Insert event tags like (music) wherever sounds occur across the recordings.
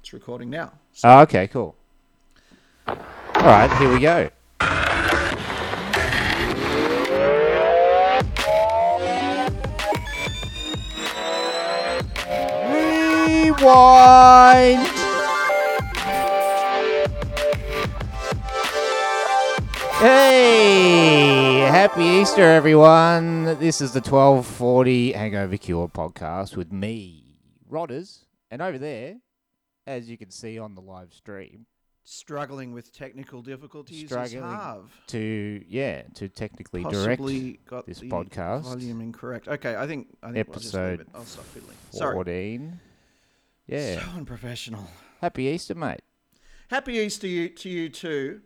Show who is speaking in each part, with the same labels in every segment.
Speaker 1: It's recording now. So
Speaker 2: Oh, okay, cool. All right, here we go. Rewind. Hey, happy Easter, everyone. This is the 1240 Hangover Cure podcast with me, Rodders, and over there, as you can see on the live stream,
Speaker 1: struggling with technical difficulties
Speaker 2: Struggling.
Speaker 1: is Harv.
Speaker 2: to yeah, to technically
Speaker 1: Possibly
Speaker 2: direct
Speaker 1: got
Speaker 2: this
Speaker 1: the
Speaker 2: podcast.
Speaker 1: volume incorrect. Okay, I think I think we'll just leave
Speaker 2: Episode
Speaker 1: it. I'll stop fiddling. Sorry.
Speaker 2: 14. Yeah.
Speaker 1: So unprofessional.
Speaker 2: Happy Easter, mate.
Speaker 1: Happy Easter you, to you too.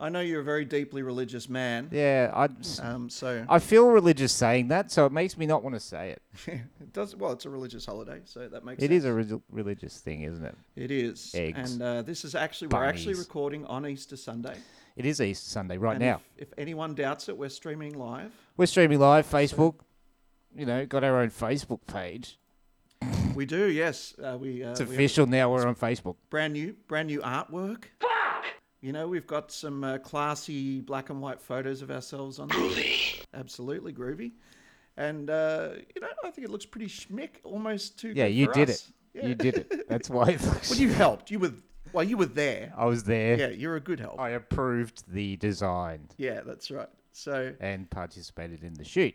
Speaker 1: I know you're a very deeply religious man.
Speaker 2: Yeah, I
Speaker 1: Um, so
Speaker 2: I feel religious saying that, so it makes me not want to say it.
Speaker 1: (laughs) it does well. It's a religious holiday, so that makes
Speaker 2: It
Speaker 1: sense.
Speaker 2: is a re- religious thing, isn't it?
Speaker 1: It is.
Speaker 2: Eggs.
Speaker 1: And uh, this is actually we're actually
Speaker 2: Bunnies.
Speaker 1: recording on Easter Sunday.
Speaker 2: It is Easter Sunday right
Speaker 1: And
Speaker 2: now.
Speaker 1: if, if anyone doubts it, we're streaming live.
Speaker 2: We're streaming live Facebook. You know, got our own Facebook page.
Speaker 1: We do, yes. Uh, we uh,
Speaker 2: It's
Speaker 1: we have
Speaker 2: official now. We're on Facebook.
Speaker 1: brand new, brand new artwork. You know, we've got some uh, classy black and white photos of ourselves on. Groovy. Absolutely groovy, and uh, you know, I think it looks pretty schmick, almost too.
Speaker 2: Yeah,
Speaker 1: good
Speaker 2: you
Speaker 1: for
Speaker 2: did
Speaker 1: us.
Speaker 2: it.
Speaker 1: Yeah.
Speaker 2: You did it.
Speaker 1: (laughs)
Speaker 2: That's why. it looks-
Speaker 1: Well, you helped. You were well. You were there.
Speaker 2: I was there.
Speaker 1: Yeah, you're a good help.
Speaker 2: I approved the design
Speaker 1: Yeah, that's right. So
Speaker 2: and participated in the shoot.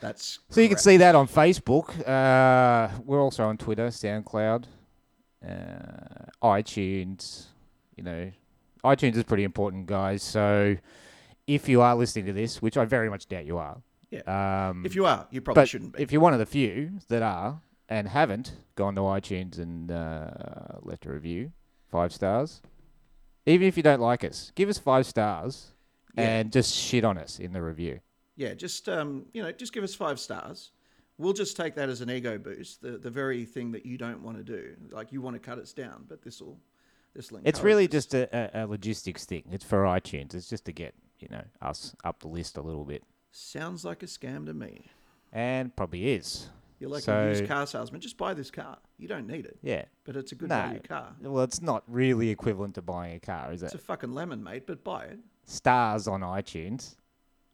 Speaker 1: that's
Speaker 2: So you can see that on Facebook. Uh, we're also on Twitter, SoundCloud, uh, iTunes. You know, iTunes is pretty important, guys. So if you are listening to this, which I very much doubt you are,
Speaker 1: Yeah.
Speaker 2: um,
Speaker 1: If you are, you probably
Speaker 2: but
Speaker 1: shouldn't be.
Speaker 2: if you're one of the few that are and haven't gone to iTunes and uh, left a review, five stars, even if you don't like us, give us five stars
Speaker 1: Yeah.
Speaker 2: and just shit on us in the review.
Speaker 1: Yeah, just um, you know, just give us five stars. We'll just take that as an ego boost. The the very thing that you don't want to do, like you want to cut us down, but this will this link.
Speaker 2: It's really just a, a, a logistics thing. It's for iTunes. It's just to get you know us up the list a little bit,
Speaker 1: sounds like a scam to me.
Speaker 2: and probably is.
Speaker 1: You're like
Speaker 2: So-
Speaker 1: a used car salesman. Just buy this car. You don't need it,
Speaker 2: Yeah.
Speaker 1: but it's a good
Speaker 2: No.
Speaker 1: value car.
Speaker 2: Well, it's not really equivalent to buying a car, is it?
Speaker 1: It's a fucking lemon, mate. But buy it.
Speaker 2: Stars on iTunes,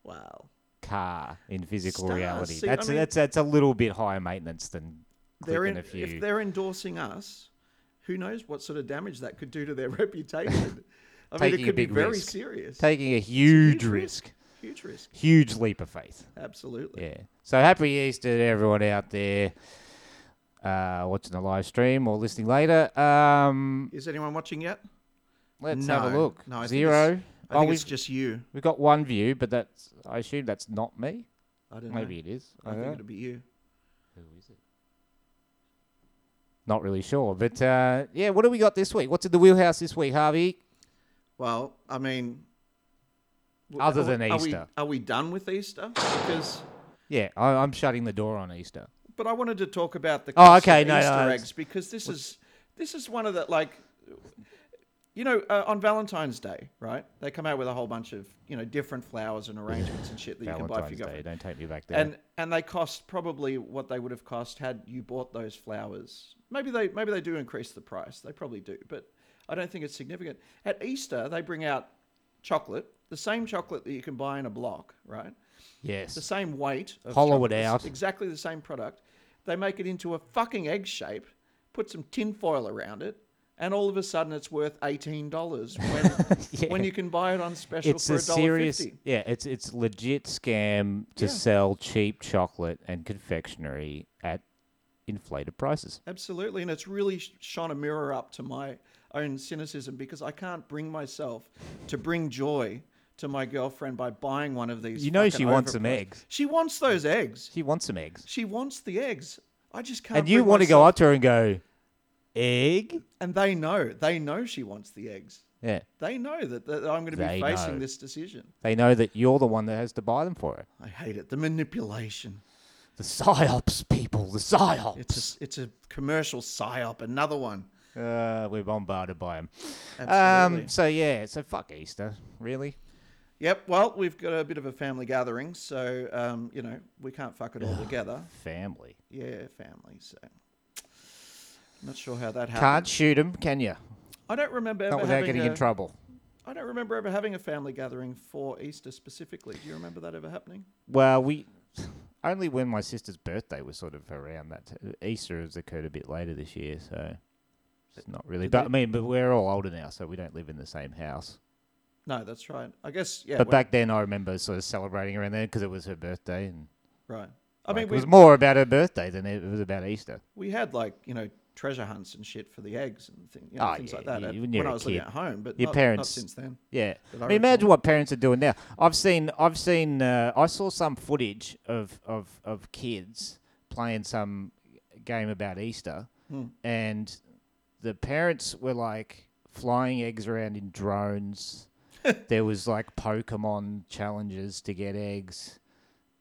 Speaker 1: Wow.
Speaker 2: car in physical
Speaker 1: Stars.
Speaker 2: reality.
Speaker 1: See, I
Speaker 2: that's
Speaker 1: mean-
Speaker 2: that's that's a little bit higher maintenance than
Speaker 1: They're
Speaker 2: clicking
Speaker 1: in,
Speaker 2: a few.
Speaker 1: if they're endorsing us, who knows what sort of damage that could do to their (laughs) reputation. I mean,
Speaker 2: Taking
Speaker 1: it
Speaker 2: a
Speaker 1: could be
Speaker 2: big
Speaker 1: very
Speaker 2: risk.
Speaker 1: serious.
Speaker 2: Taking a
Speaker 1: huge
Speaker 2: huge,
Speaker 1: risk.
Speaker 2: risk,
Speaker 1: Huge risk.
Speaker 2: huge leap of faith.
Speaker 1: Absolutely.
Speaker 2: Yeah. So happy Easter to everyone out there uh, watching the live stream or listening later. Um,
Speaker 1: Is anyone watching yet?
Speaker 2: Let's
Speaker 1: no.
Speaker 2: have a look.
Speaker 1: No, I think it's-
Speaker 2: Zero.
Speaker 1: I
Speaker 2: oh,
Speaker 1: think
Speaker 2: we've,
Speaker 1: it's just you.
Speaker 2: we've got one view, but that's I assume that's not me.
Speaker 1: I don't
Speaker 2: Maybe it is.
Speaker 1: know. I
Speaker 2: don't
Speaker 1: think
Speaker 2: know.
Speaker 1: it'll be you.
Speaker 2: Not really sure, but uh, yeah. What do we got this week? What's in the wheelhouse this week, Harvey?
Speaker 1: Well, I mean, w-
Speaker 2: Other
Speaker 1: are we-
Speaker 2: than
Speaker 1: are we-
Speaker 2: Easter.
Speaker 1: are we done with Easter? Because,
Speaker 2: Yeah, I, I'm shutting the door on Easter.
Speaker 1: but I wanted to talk about the
Speaker 2: Oh,
Speaker 1: cost of
Speaker 2: okay, no, no,
Speaker 1: Easter
Speaker 2: it's-
Speaker 1: eggs because this is this is one of the like, you know, uh, on Valentine's Day, right? They come out with a whole bunch of you know different flowers and arrangements and shit that you can buy for
Speaker 2: Valentine's
Speaker 1: your
Speaker 2: Day.
Speaker 1: girlfriend.
Speaker 2: Don't take me back there.
Speaker 1: and and they cost probably what they would have cost had you bought those flowers. Maybe they maybe they do increase the price. They probably do, but I don't think it's significant. At Easter, they bring out chocolate, the same chocolate that you can buy in a block, right? The
Speaker 2: yes,
Speaker 1: same weight. Of
Speaker 2: Hollow
Speaker 1: chocolate,
Speaker 2: it
Speaker 1: it's
Speaker 2: out.
Speaker 1: Exactly the same product. They make it into a fucking egg shape, put some tin foil around it, and all of a sudden it's worth eighteen dollars when
Speaker 2: (laughs) Yeah.
Speaker 1: when you can buy it on special
Speaker 2: it's
Speaker 1: for
Speaker 2: a
Speaker 1: a
Speaker 2: serious.
Speaker 1: fifty.
Speaker 2: Yeah, it's it's legit scam to
Speaker 1: Yeah.
Speaker 2: sell cheap chocolate and confectionery at inflated prices.
Speaker 1: Absolutely, and it's really sh- shone a mirror up to my own cynicism because I can't bring myself to bring joy to my girlfriend by buying one of these.
Speaker 2: You know
Speaker 1: fucking
Speaker 2: she wants some
Speaker 1: overpriced-
Speaker 2: eggs.
Speaker 1: She wants those eggs.
Speaker 2: She wants some eggs.
Speaker 1: She wants the eggs. I just can't.
Speaker 2: and you
Speaker 1: bring
Speaker 2: want to go
Speaker 1: myself-
Speaker 2: up to her and go, egg?
Speaker 1: and they know. They know she wants the eggs.
Speaker 2: Yeah.
Speaker 1: They know that, that I'm going to
Speaker 2: They
Speaker 1: be facing
Speaker 2: know.
Speaker 1: this decision.
Speaker 2: They know that you're the one that has to buy them for it.
Speaker 1: I hate it. The manipulation.
Speaker 2: The psyops, people. The psyops.
Speaker 1: It's a, it's a commercial psyop. Another one.
Speaker 2: (laughs) uh, we're bombarded by them.
Speaker 1: Absolutely.
Speaker 2: Um, so yeah. So fuck Easter, really.
Speaker 1: Yep. Well, we've got a bit of a family gathering, so um, you know we can't fuck it all together.
Speaker 2: Family.
Speaker 1: Yeah, family. So Not sure how that happened.
Speaker 2: Can't shoot them, can you?
Speaker 1: I don't remember ever
Speaker 2: Not without
Speaker 1: having
Speaker 2: getting
Speaker 1: a,
Speaker 2: in trouble.
Speaker 1: I don't remember ever having a family gathering for Easter specifically. Do you remember that ever happening?
Speaker 2: Well, we (sighs) only when my sister's birthday was sort of around that. t- Easter has occurred a bit later this year, so it's not really.
Speaker 1: Did
Speaker 2: But
Speaker 1: they-
Speaker 2: I mean, but we're all older now, so we don't live in the same house.
Speaker 1: No, that's right. I guess yeah.
Speaker 2: but
Speaker 1: when-
Speaker 2: back then, I remember sort of celebrating around there because it was her birthday, and
Speaker 1: right. I
Speaker 2: like,
Speaker 1: mean,
Speaker 2: it
Speaker 1: we,
Speaker 2: was more about her birthday than it was about Easter.
Speaker 1: we had like you know treasure hunts and shit for the eggs and thing, you know,
Speaker 2: Oh,
Speaker 1: things
Speaker 2: yeah,
Speaker 1: like that
Speaker 2: you-
Speaker 1: at-
Speaker 2: when
Speaker 1: when,
Speaker 2: you're
Speaker 1: I
Speaker 2: a
Speaker 1: was living
Speaker 2: kid.
Speaker 1: at home. But
Speaker 2: Your
Speaker 1: not, not
Speaker 2: parents-
Speaker 1: since then.
Speaker 2: Yeah,
Speaker 1: That I
Speaker 2: I mean, imagine
Speaker 1: recall.
Speaker 2: what parents are doing now. I've seen, I've seen, uh, I saw some footage of of of kids playing some game about Easter,
Speaker 1: Hmm.
Speaker 2: and the parents were like flying eggs around in
Speaker 1: (laughs)
Speaker 2: drones. there was like Pokemon challenges to get eggs,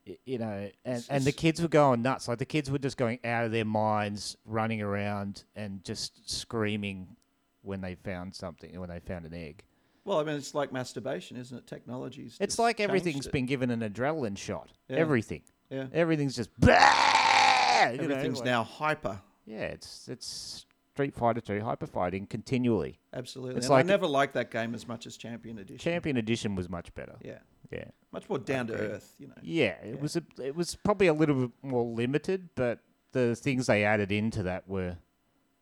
Speaker 2: y- you know, and
Speaker 1: It's-
Speaker 2: and the
Speaker 1: it's-
Speaker 2: kids were going nuts. Like the kids were just going out of their minds, running around and just screaming when they found something, when they found an egg.
Speaker 1: Well, I mean, it's like masturbation, isn't it? Technology's.
Speaker 2: It's
Speaker 1: just
Speaker 2: like
Speaker 1: changed
Speaker 2: everything's
Speaker 1: it.
Speaker 2: been given an adrenaline shot.
Speaker 1: Yeah.
Speaker 2: Everything.
Speaker 1: Yeah.
Speaker 2: Everything's just. blah, you know,
Speaker 1: Everything's
Speaker 2: like-
Speaker 1: now hyper.
Speaker 2: Yeah, it's it's Street Fighter 2 hyper fighting continually.
Speaker 1: Absolutely.
Speaker 2: It's
Speaker 1: and
Speaker 2: like-
Speaker 1: I never liked that game as much as Champion Edition.
Speaker 2: Champion Edition was much better.
Speaker 1: yeah.
Speaker 2: Yeah.
Speaker 1: Much more down to
Speaker 2: agree.
Speaker 1: earth, you know.
Speaker 2: Yeah, it was a, it was probably a little bit more limited, but the things they added into that were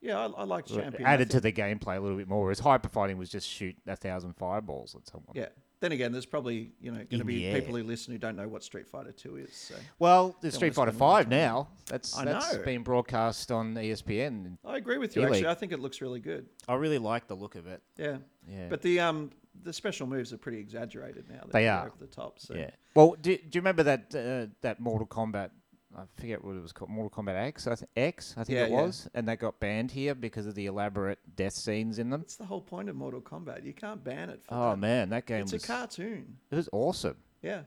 Speaker 1: Yeah, I, I liked
Speaker 2: were
Speaker 1: Champion. I
Speaker 2: added
Speaker 1: think-
Speaker 2: to the gameplay a little bit more. Whereas hyper fighting was just shoot a thousand fireballs at someone.
Speaker 1: Yeah. Then again, there's probably you know going to
Speaker 2: In
Speaker 1: be
Speaker 2: the air.
Speaker 1: people who listen who don't know what Street Fighter Two is. So
Speaker 2: Well, there's
Speaker 1: Don't
Speaker 2: Street Fighter
Speaker 1: wanna spend all the
Speaker 2: Five
Speaker 1: time.
Speaker 2: now. That's
Speaker 1: I
Speaker 2: that's
Speaker 1: know.
Speaker 2: been broadcast on E ESPN.
Speaker 1: I agree with you.
Speaker 2: E-League.
Speaker 1: Actually, I think it looks really good.
Speaker 2: I really like the look of it.
Speaker 1: Yeah.
Speaker 2: Yeah.
Speaker 1: But the um the special moves are pretty exaggerated now.
Speaker 2: They
Speaker 1: They're
Speaker 2: are.
Speaker 1: over the top. So
Speaker 2: Yeah. Well, do, do you remember that uh, that Mortal Kombat? I forget what it was called. Mortal Kombat X, I th- X, I think
Speaker 1: Yeah,
Speaker 2: it
Speaker 1: yeah.
Speaker 2: was, and that got banned here because of the elaborate death scenes in them.
Speaker 1: that's the whole point of Mortal Kombat. You can't ban it. For
Speaker 2: Oh
Speaker 1: that.
Speaker 2: man, that game
Speaker 1: it's
Speaker 2: was
Speaker 1: a cartoon.
Speaker 2: it was awesome.
Speaker 1: Yeah.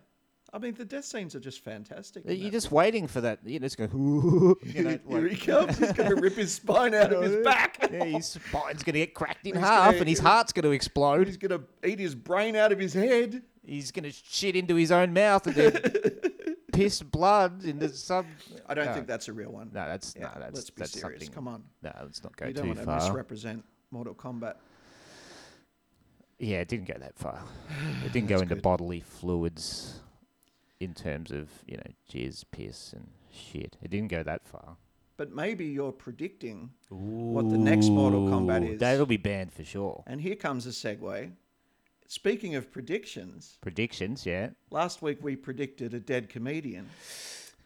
Speaker 1: I mean, the death scenes are just fantastic. in
Speaker 2: You're
Speaker 1: that.
Speaker 2: just waiting for that. You
Speaker 1: (laughs)
Speaker 2: know, just go. (laughs) You know,
Speaker 1: Here
Speaker 2: like,
Speaker 1: he comes. He's going to rip his spine
Speaker 2: (laughs)
Speaker 1: out of his (laughs) back.
Speaker 2: yeah, his spine's gonna get cracked in
Speaker 1: He's
Speaker 2: half,
Speaker 1: gonna-
Speaker 2: and his heart's gonna
Speaker 1: (laughs)
Speaker 2: explode.
Speaker 1: He's going to eat his brain out of his head.
Speaker 2: He's gonna shit into his own mouth
Speaker 1: (laughs)
Speaker 2: and then piss blood into some.
Speaker 1: I don't
Speaker 2: No.
Speaker 1: think that's a real one.
Speaker 2: No, that's
Speaker 1: Yeah,
Speaker 2: no, that's
Speaker 1: let's be
Speaker 2: that's
Speaker 1: serious.
Speaker 2: something.
Speaker 1: Come on.
Speaker 2: No, let's not go
Speaker 1: You don't
Speaker 2: too
Speaker 1: want to
Speaker 2: far.
Speaker 1: misrepresent Mortal Kombat.
Speaker 2: Yeah, it didn't go that far. It
Speaker 1: (sighs)
Speaker 2: didn't go
Speaker 1: That's
Speaker 2: into
Speaker 1: good.
Speaker 2: bodily fluids in terms of, you know, jizz, piss, and shit. It didn't go that far.
Speaker 1: But maybe you're predicting. What the next Mortal Kombat
Speaker 2: Ooh,
Speaker 1: is.
Speaker 2: That'll be banned for sure.
Speaker 1: And here comes a segue. Speaking of predictions,
Speaker 2: Predictions, yeah.
Speaker 1: last week we predicted a dead comedian.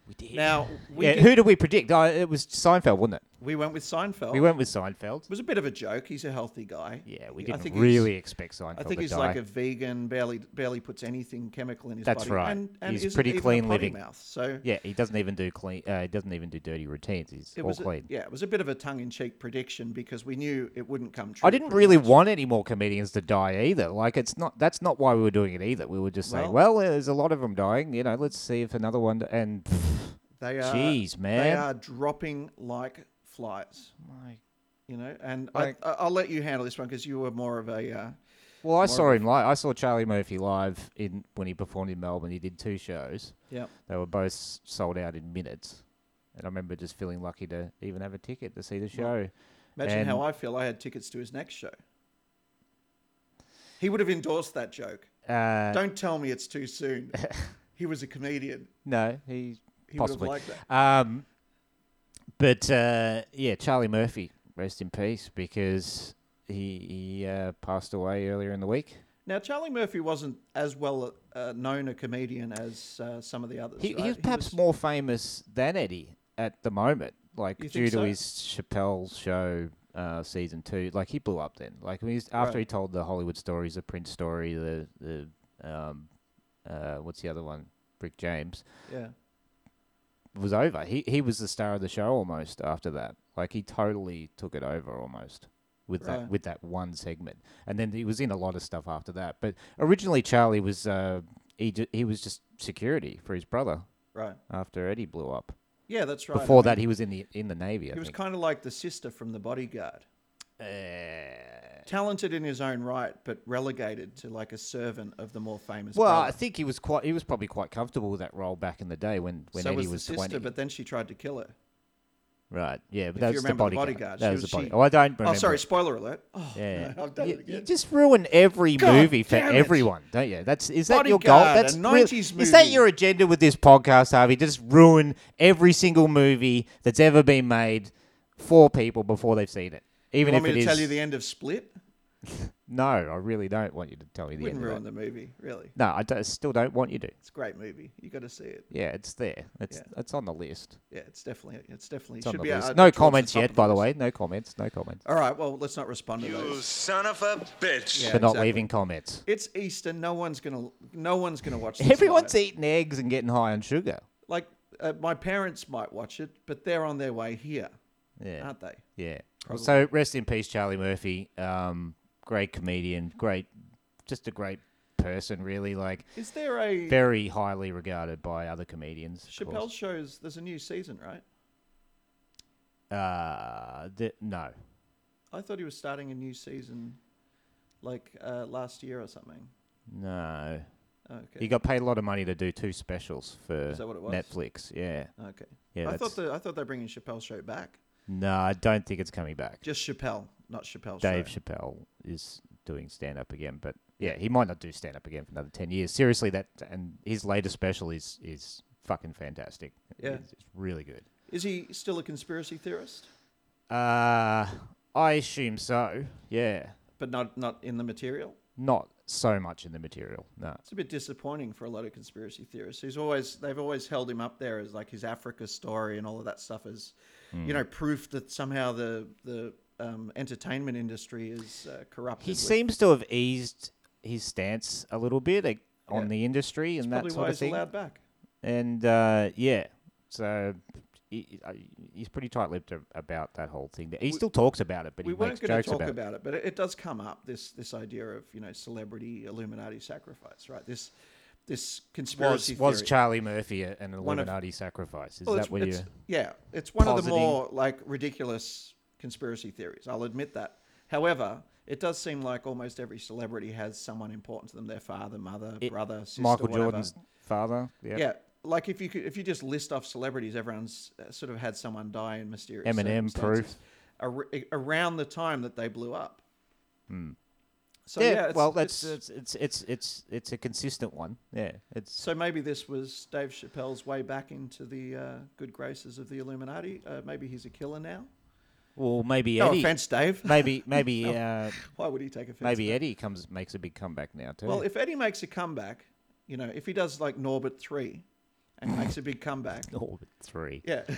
Speaker 2: We did.
Speaker 1: Now, we,
Speaker 2: yeah,
Speaker 1: did-
Speaker 2: who did we predict? Oh, it was Seinfeld, wasn't it?
Speaker 1: we went with Seinfeld.
Speaker 2: We went with Seinfeld.
Speaker 1: it was a bit of a joke. He's a healthy guy.
Speaker 2: Yeah, we
Speaker 1: I
Speaker 2: didn't
Speaker 1: think he's-
Speaker 2: really expect Seinfeld
Speaker 1: I think
Speaker 2: to
Speaker 1: he's
Speaker 2: die.
Speaker 1: like a vegan, barely barely puts anything chemical in his
Speaker 2: That's
Speaker 1: body.
Speaker 2: right.
Speaker 1: And, and
Speaker 2: He's
Speaker 1: isn't
Speaker 2: pretty
Speaker 1: even a
Speaker 2: clean
Speaker 1: potty
Speaker 2: living.
Speaker 1: Mouth. So
Speaker 2: yeah, he doesn't even do clean. Uh, he doesn't even do dirty routines. He's
Speaker 1: it
Speaker 2: all
Speaker 1: was a,
Speaker 2: clean.
Speaker 1: yeah, it was a bit of a tongue-in-cheek prediction because we knew it wouldn't come true.
Speaker 2: I didn't
Speaker 1: pretty
Speaker 2: really
Speaker 1: much.
Speaker 2: want any more comedians to die either. Like it's not that's not why we were doing it either. We were just saying, well, there's a lot of them dying. You know, let's see if another one. d- And
Speaker 1: They are,
Speaker 2: jeez,
Speaker 1: they
Speaker 2: man,
Speaker 1: are dropping like flies.
Speaker 2: My-
Speaker 1: You know, and
Speaker 2: Like-
Speaker 1: I, I- I'll let you handle this one because you were more of a. Uh,
Speaker 2: well, I
Speaker 1: More
Speaker 2: saw him live. I saw Charlie Murphy live in when he performed in Melbourne. He did two shows.
Speaker 1: yeah,
Speaker 2: They were both s- sold out in minutes. And I remember just feeling lucky to even have a ticket to see the show.
Speaker 1: imagine
Speaker 2: And-
Speaker 1: how I feel. I had tickets to his next show. He would have endorsed that joke.
Speaker 2: Uh,
Speaker 1: Don't tell me it's too
Speaker 2: (laughs)
Speaker 1: soon. he was a comedian.
Speaker 2: no, he
Speaker 1: He
Speaker 2: possibly.
Speaker 1: would have liked that.
Speaker 2: Um, but uh, yeah, Charlie Murphy, rest in peace, because he he uh, passed away earlier in the week.
Speaker 1: Now, Charlie Murphy wasn't as well uh, known a comedian as uh, some of the others.
Speaker 2: He,
Speaker 1: right?
Speaker 2: he was perhaps
Speaker 1: was-
Speaker 2: more famous than Eddie at the moment, like
Speaker 1: You
Speaker 2: due
Speaker 1: think
Speaker 2: to
Speaker 1: so?
Speaker 2: his Chappelle show uh, season two. Like he blew up then. Like when he's, after
Speaker 1: Right.
Speaker 2: he told the Hollywood stories, the Prince story, the the um, uh, what's the other one, Rick James.
Speaker 1: yeah.
Speaker 2: Was over. He he was the star of the show almost after that. Like he totally took it over almost with
Speaker 1: Right.
Speaker 2: that with that one segment. And then he was in a lot of stuff after that. But originally Charlie was uh, he ju- he was just security for his brother
Speaker 1: Right.
Speaker 2: after Eddie blew up.
Speaker 1: Yeah, that's right. I
Speaker 2: Before that
Speaker 1: mean,
Speaker 2: he was in the in the navy. I
Speaker 1: he was
Speaker 2: think.
Speaker 1: kind of like the sister from The Bodyguard.
Speaker 2: Uh,
Speaker 1: Talented in his own right, but relegated to like a servant of the more famous.
Speaker 2: well, I
Speaker 1: brother.
Speaker 2: think he was quite he was probably quite comfortable with that role back in the day when when
Speaker 1: so
Speaker 2: Eddie
Speaker 1: was
Speaker 2: was,
Speaker 1: the sister,
Speaker 2: twenty.
Speaker 1: Oh, but then she tried to kill her.
Speaker 2: Right. Yeah,
Speaker 1: If
Speaker 2: but
Speaker 1: you
Speaker 2: that's the
Speaker 1: remember The
Speaker 2: bodyguard.
Speaker 1: Bodyguard,
Speaker 2: That
Speaker 1: she
Speaker 2: was the
Speaker 1: was-
Speaker 2: body.
Speaker 1: she-
Speaker 2: Oh, I don't remember.
Speaker 1: Oh, sorry, spoiler alert. Oh,
Speaker 2: Yeah.
Speaker 1: no, (laughs) I've done
Speaker 2: you,
Speaker 1: it
Speaker 2: you
Speaker 1: again.
Speaker 2: just ruin every
Speaker 1: God
Speaker 2: movie for
Speaker 1: damn it.
Speaker 2: everyone, don't you? That's is that your goal?
Speaker 1: Bodyguard, a
Speaker 2: That's real-
Speaker 1: 90s
Speaker 2: is that
Speaker 1: movie.
Speaker 2: your agenda with this podcast, Harvey? Just ruin every single movie that's ever been made for people before they've seen it, even
Speaker 1: Want
Speaker 2: if
Speaker 1: me
Speaker 2: it
Speaker 1: to
Speaker 2: is.
Speaker 1: tell you the end of Split?
Speaker 2: no, I really don't want you to tell me the
Speaker 1: Wouldn't
Speaker 2: end. Of
Speaker 1: ruin
Speaker 2: it.
Speaker 1: the movie, really.
Speaker 2: No, I don't- still don't want you to.
Speaker 1: It's a great movie. You got to see it.
Speaker 2: Yeah, it's there. It's
Speaker 1: Yeah.
Speaker 2: it's on the list.
Speaker 1: Yeah, it's definitely it's definitely
Speaker 2: It's on
Speaker 1: should
Speaker 2: the
Speaker 1: be
Speaker 2: list.
Speaker 1: out-
Speaker 2: No
Speaker 1: towards
Speaker 2: comments
Speaker 1: top
Speaker 2: yet,
Speaker 1: of
Speaker 2: by the
Speaker 1: list.
Speaker 2: way. No comments. No comments.
Speaker 1: All right, well, let's not respond to
Speaker 3: You
Speaker 1: those.
Speaker 3: son of a bitch.
Speaker 1: Yeah,
Speaker 2: They're not
Speaker 1: exactly.
Speaker 2: leaving comments.
Speaker 1: It's Easter. No one's gonna. No one's gonna
Speaker 2: (laughs)
Speaker 1: watch. This
Speaker 2: Everyone's
Speaker 1: live.
Speaker 2: eating eggs and getting high on sugar.
Speaker 1: like uh, my parents might watch it, but they're on their way here,
Speaker 2: Yeah.
Speaker 1: aren't they?
Speaker 2: Yeah. So rest in peace, Charlie Murphy. Um, great comedian, great, just a great person, really. Like
Speaker 1: Is there a
Speaker 2: very highly regarded by other comedians. of course.
Speaker 1: Chappelle shows? There's a new season, right?
Speaker 2: Uh, the, no,
Speaker 1: I thought he was starting a new season, like uh, last year or something.
Speaker 2: no.
Speaker 1: Okay.
Speaker 2: He got paid a lot of money to do two specials for
Speaker 1: that what it was?
Speaker 2: Netflix. Yeah.
Speaker 1: okay.
Speaker 2: Yeah.
Speaker 1: I
Speaker 2: that's-
Speaker 1: thought the, I thought they're bringing Chappelle's show back.
Speaker 2: no, I don't think it's coming back.
Speaker 1: Just Chappelle, not Chappelle's
Speaker 2: Dave
Speaker 1: show.
Speaker 2: Chappelle is doing stand up again, but yeah, he might not do stand up again for another ten years. Seriously, that and his latest special is is fucking fantastic.
Speaker 1: Yeah.
Speaker 2: it's, it's really good.
Speaker 1: Is he still a conspiracy theorist?
Speaker 2: Uh I assume so. Yeah,
Speaker 1: But not not in the material.
Speaker 2: not so much in the material. No.
Speaker 1: It's a bit disappointing for a lot of conspiracy theorists. He's always they've always held him up there as like his Africa story and all of that stuff as
Speaker 2: Hmm.
Speaker 1: you know proof that somehow the the um, entertainment industry is uh, corrupted.
Speaker 2: He
Speaker 1: with-
Speaker 2: seems to have eased his stance a little bit like, on
Speaker 1: Yeah.
Speaker 2: the industry and that
Speaker 1: probably why
Speaker 2: sort of
Speaker 1: he's
Speaker 2: thing.
Speaker 1: allowed back.
Speaker 2: And uh, yeah, so he, I- he's pretty tight-lipped a- about that whole thing. He still talks about it, but
Speaker 1: We
Speaker 2: he
Speaker 1: weren't
Speaker 2: makes
Speaker 1: going
Speaker 2: jokes
Speaker 1: to talk
Speaker 2: about,
Speaker 1: about,
Speaker 2: it.
Speaker 1: it, but it, it does come up this this idea of you know celebrity Illuminati sacrifice, right? This this
Speaker 2: Was,
Speaker 1: conspiracy
Speaker 2: was
Speaker 1: theory.
Speaker 2: Charlie Murphy a- an
Speaker 1: One of-
Speaker 2: Illuminati sacrifice? Is
Speaker 1: Well,
Speaker 2: that
Speaker 1: it's-
Speaker 2: where you?
Speaker 1: it's- yeah, it's one of the
Speaker 2: positing-
Speaker 1: more like ridiculous conspiracy theories. I'll admit that. However, it does seem like almost every celebrity has someone important to them: their father, mother, brother, sister,
Speaker 2: Michael
Speaker 1: whatever.
Speaker 2: Jordan's father?
Speaker 1: Yeah, like if you could, if you just list off celebrities, everyone's uh, sort of had someone die in mysterious
Speaker 2: Eminem,
Speaker 1: circumstances
Speaker 2: Proof.
Speaker 1: ar- around the time that they blew up. So
Speaker 2: Hmm. yeah,
Speaker 1: yeah, it's-
Speaker 2: well,
Speaker 1: it's-
Speaker 2: that's it's it's it's it's it's a consistent one. Yeah, it's
Speaker 1: So maybe this was Dave Chappelle's way back into the uh, good graces of the Illuminati. Uh, maybe he's a killer now.
Speaker 2: well maybe
Speaker 1: No
Speaker 2: Eddie,
Speaker 1: offense, Dave.
Speaker 2: maybe maybe uh,
Speaker 1: (laughs) Why would he take offense?
Speaker 2: maybe Eddie comes makes a big comeback now too.
Speaker 1: Well, if Eddie makes a comeback, you know, if he does like Norbert three, and makes a big comeback,
Speaker 2: (laughs) Orbit three.
Speaker 1: yeah. (laughs)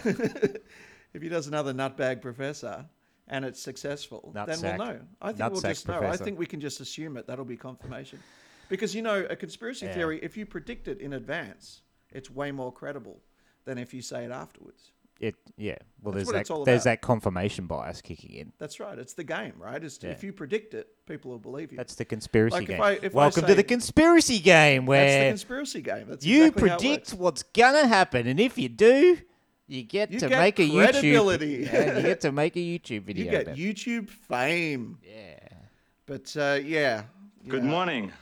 Speaker 1: if he does another Nutbag Professor and it's successful, then
Speaker 2: Nutsack.
Speaker 1: we'll know. I think we'll
Speaker 2: Nutsack
Speaker 1: just know. I
Speaker 2: Professor.
Speaker 1: think we can just assume it. That'll be confirmation, because you know, a conspiracy
Speaker 2: Yeah.
Speaker 1: theory, if you predict it in advance, it's way more credible than if you say it afterwards.
Speaker 2: It yeah. Well,
Speaker 1: That's what
Speaker 2: there's
Speaker 1: it's
Speaker 2: that
Speaker 1: all
Speaker 2: there's
Speaker 1: about.
Speaker 2: that confirmation bias kicking in.
Speaker 1: That's right. It's the game, right? Is to,
Speaker 2: Yeah.
Speaker 1: if you predict it, people will believe you.
Speaker 2: That's the conspiracy
Speaker 1: Like, if
Speaker 2: game.
Speaker 1: I- if I
Speaker 2: Welcome to
Speaker 1: say-
Speaker 2: the conspiracy game
Speaker 1: That's the
Speaker 2: where
Speaker 1: conspiracy game. That's
Speaker 2: you
Speaker 1: exactly how it works.
Speaker 2: predict what's gonna happen, and if you do, you get
Speaker 1: You
Speaker 2: to
Speaker 1: get
Speaker 2: make a
Speaker 1: credibility. (laughs)
Speaker 2: YouTube. and you get to make a YouTube video.
Speaker 1: You get
Speaker 2: about it.
Speaker 1: YouTube fame.
Speaker 2: yeah.
Speaker 1: But uh, yeah.
Speaker 3: Good
Speaker 1: yeah.
Speaker 3: morning.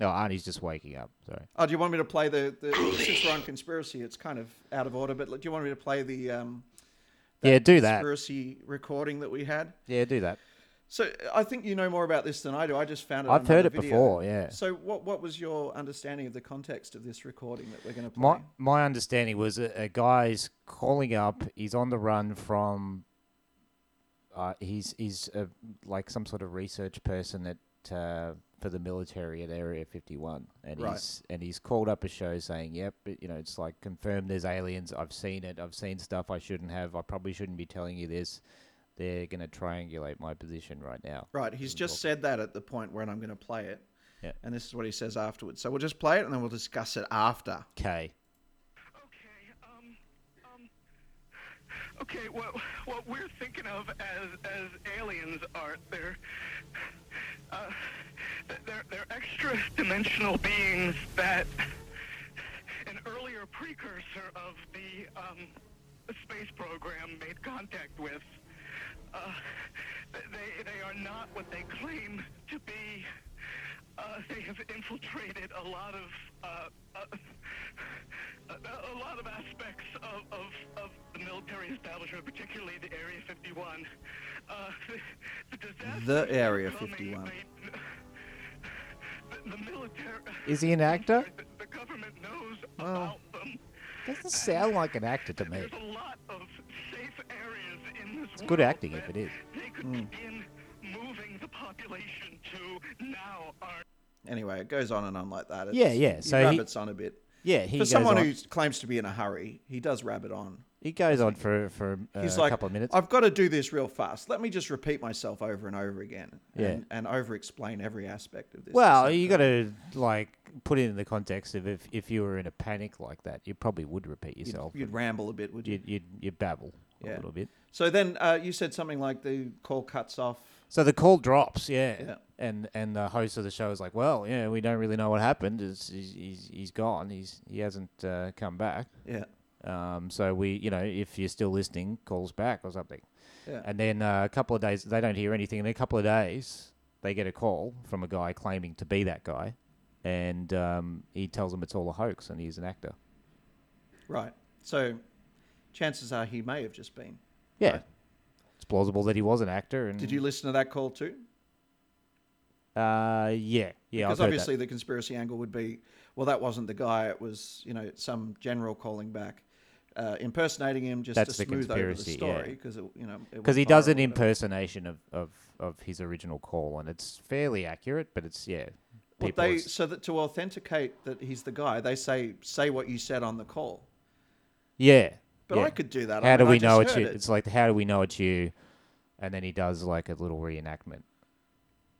Speaker 2: No, Arnie's just waking up. Sorry.
Speaker 1: Oh, do you want me to play the, the since we're on conspiracy? It's kind of out of order, but do you want me to play the um,
Speaker 2: yeah, do that.
Speaker 1: conspiracy recording that we had?
Speaker 2: Yeah, do that.
Speaker 1: So I think you know more about this than I do. I just found it.
Speaker 2: I've
Speaker 1: on
Speaker 2: heard
Speaker 1: another
Speaker 2: it
Speaker 1: video.
Speaker 2: before, yeah.
Speaker 1: So what what was your understanding of the context of this recording that we're going to play?
Speaker 2: My my understanding was a, a guy's calling up. He's on the run from. Uh, he's he's uh like some sort of research person at uh, for the military at Area Fifty One, and
Speaker 1: Right.
Speaker 2: he's and he's called up a show saying, "Yep, it- you know, it's like confirmed. There's aliens. I've seen it. I've seen stuff I shouldn't have. I probably shouldn't be telling you this. They're gonna triangulate my position right now."
Speaker 1: Right, he's just said that at the point when I'm going to play it.
Speaker 2: Yeah.
Speaker 1: And this is what he says afterwards. So we'll just play it and then we'll discuss it after.
Speaker 2: Okay.
Speaker 4: Okay, um, um, okay, what, what we're thinking of as, as aliens are, they're, uh, they're, they're extra dimensional beings that an earlier precursor of the, um, space program made contact with. Uh, they, they are not what they claim to be. Uh, they have infiltrated a lot of uh, uh, uh, a, a lot of aspects of, of, of the military establishment, particularly the Area 51. Uh, the, the disaster
Speaker 1: The Area
Speaker 4: coming
Speaker 1: 51.
Speaker 4: made- the, the military.
Speaker 2: Is he an actor?
Speaker 4: (laughs) The, the government knows
Speaker 2: Well,
Speaker 4: about them.
Speaker 2: Doesn't sound like an actor to me.
Speaker 4: There's a lot of safe areas in this
Speaker 2: It's good
Speaker 4: world
Speaker 2: acting if
Speaker 4: that
Speaker 2: it is. Hmm.
Speaker 4: They could begin moving the population to now are
Speaker 1: Anyway, it goes on and on like that. It's,
Speaker 2: Yeah, yeah,
Speaker 1: he
Speaker 2: so he-
Speaker 1: rabbits on a bit.
Speaker 2: Yeah, he
Speaker 1: For
Speaker 2: goes
Speaker 1: someone
Speaker 2: on.
Speaker 1: who claims to be in a hurry, he does rabbit on.
Speaker 2: he goes on for for uh,
Speaker 1: He's
Speaker 2: a
Speaker 1: like,
Speaker 2: couple of minutes.
Speaker 1: I've got to do this real fast. Let me just repeat myself over and over again,
Speaker 2: Yeah.
Speaker 1: and, and over explain every aspect of this.
Speaker 2: Well,
Speaker 1: etc.
Speaker 2: you got to like put it in the context of if, if you were in a panic like that, you probably would repeat
Speaker 1: you'd,
Speaker 2: yourself.
Speaker 1: you'd
Speaker 2: You'd
Speaker 1: ramble a bit, would you?
Speaker 2: you'd, you'd, you'd babble
Speaker 1: Yeah.
Speaker 2: a little bit.
Speaker 1: So then uh, you said something like the call cuts off.
Speaker 2: So the call drops, yeah.
Speaker 1: Yeah.
Speaker 2: And and the host of the show is like, well, yeah, we don't really know what happened. It's, he's, he's he's gone. He's he hasn't uh, come back.
Speaker 1: Yeah,
Speaker 2: Um, so we, you know, if you're still listening, calls back or something.
Speaker 1: Yeah.
Speaker 2: And then uh, a couple of days, they don't hear anything. And then a couple of days, they get a call from a guy claiming to be that guy, and um, he tells them it's all a hoax and he's an actor.
Speaker 1: right. So chances are he may have just been.
Speaker 2: Yeah.
Speaker 1: Right.
Speaker 2: It's plausible that he was an actor. And
Speaker 1: Did you listen to that call too?
Speaker 2: Uh, yeah, yeah. I've
Speaker 1: Because
Speaker 2: heard that.
Speaker 1: obviously the conspiracy angle would be, well, that wasn't the guy. It was you know some general calling back, uh, impersonating him just
Speaker 2: That's
Speaker 1: to
Speaker 2: the
Speaker 1: smooth over the
Speaker 2: conspiracy, yeah.
Speaker 1: story because it you know
Speaker 2: because he does an impersonation of, of, of his original call, and it's fairly accurate. But it's yeah,
Speaker 1: Well,
Speaker 2: people.
Speaker 1: they
Speaker 2: it's-
Speaker 1: so that to authenticate that he's the guy, they say say what you said on the call.
Speaker 2: yeah,
Speaker 1: But
Speaker 2: yeah.
Speaker 1: I could do that. I
Speaker 2: How do
Speaker 1: mean, I
Speaker 2: we
Speaker 1: just
Speaker 2: know it's you?
Speaker 1: heard it.
Speaker 2: It's like how do we know it's you? And then he does like a little reenactment.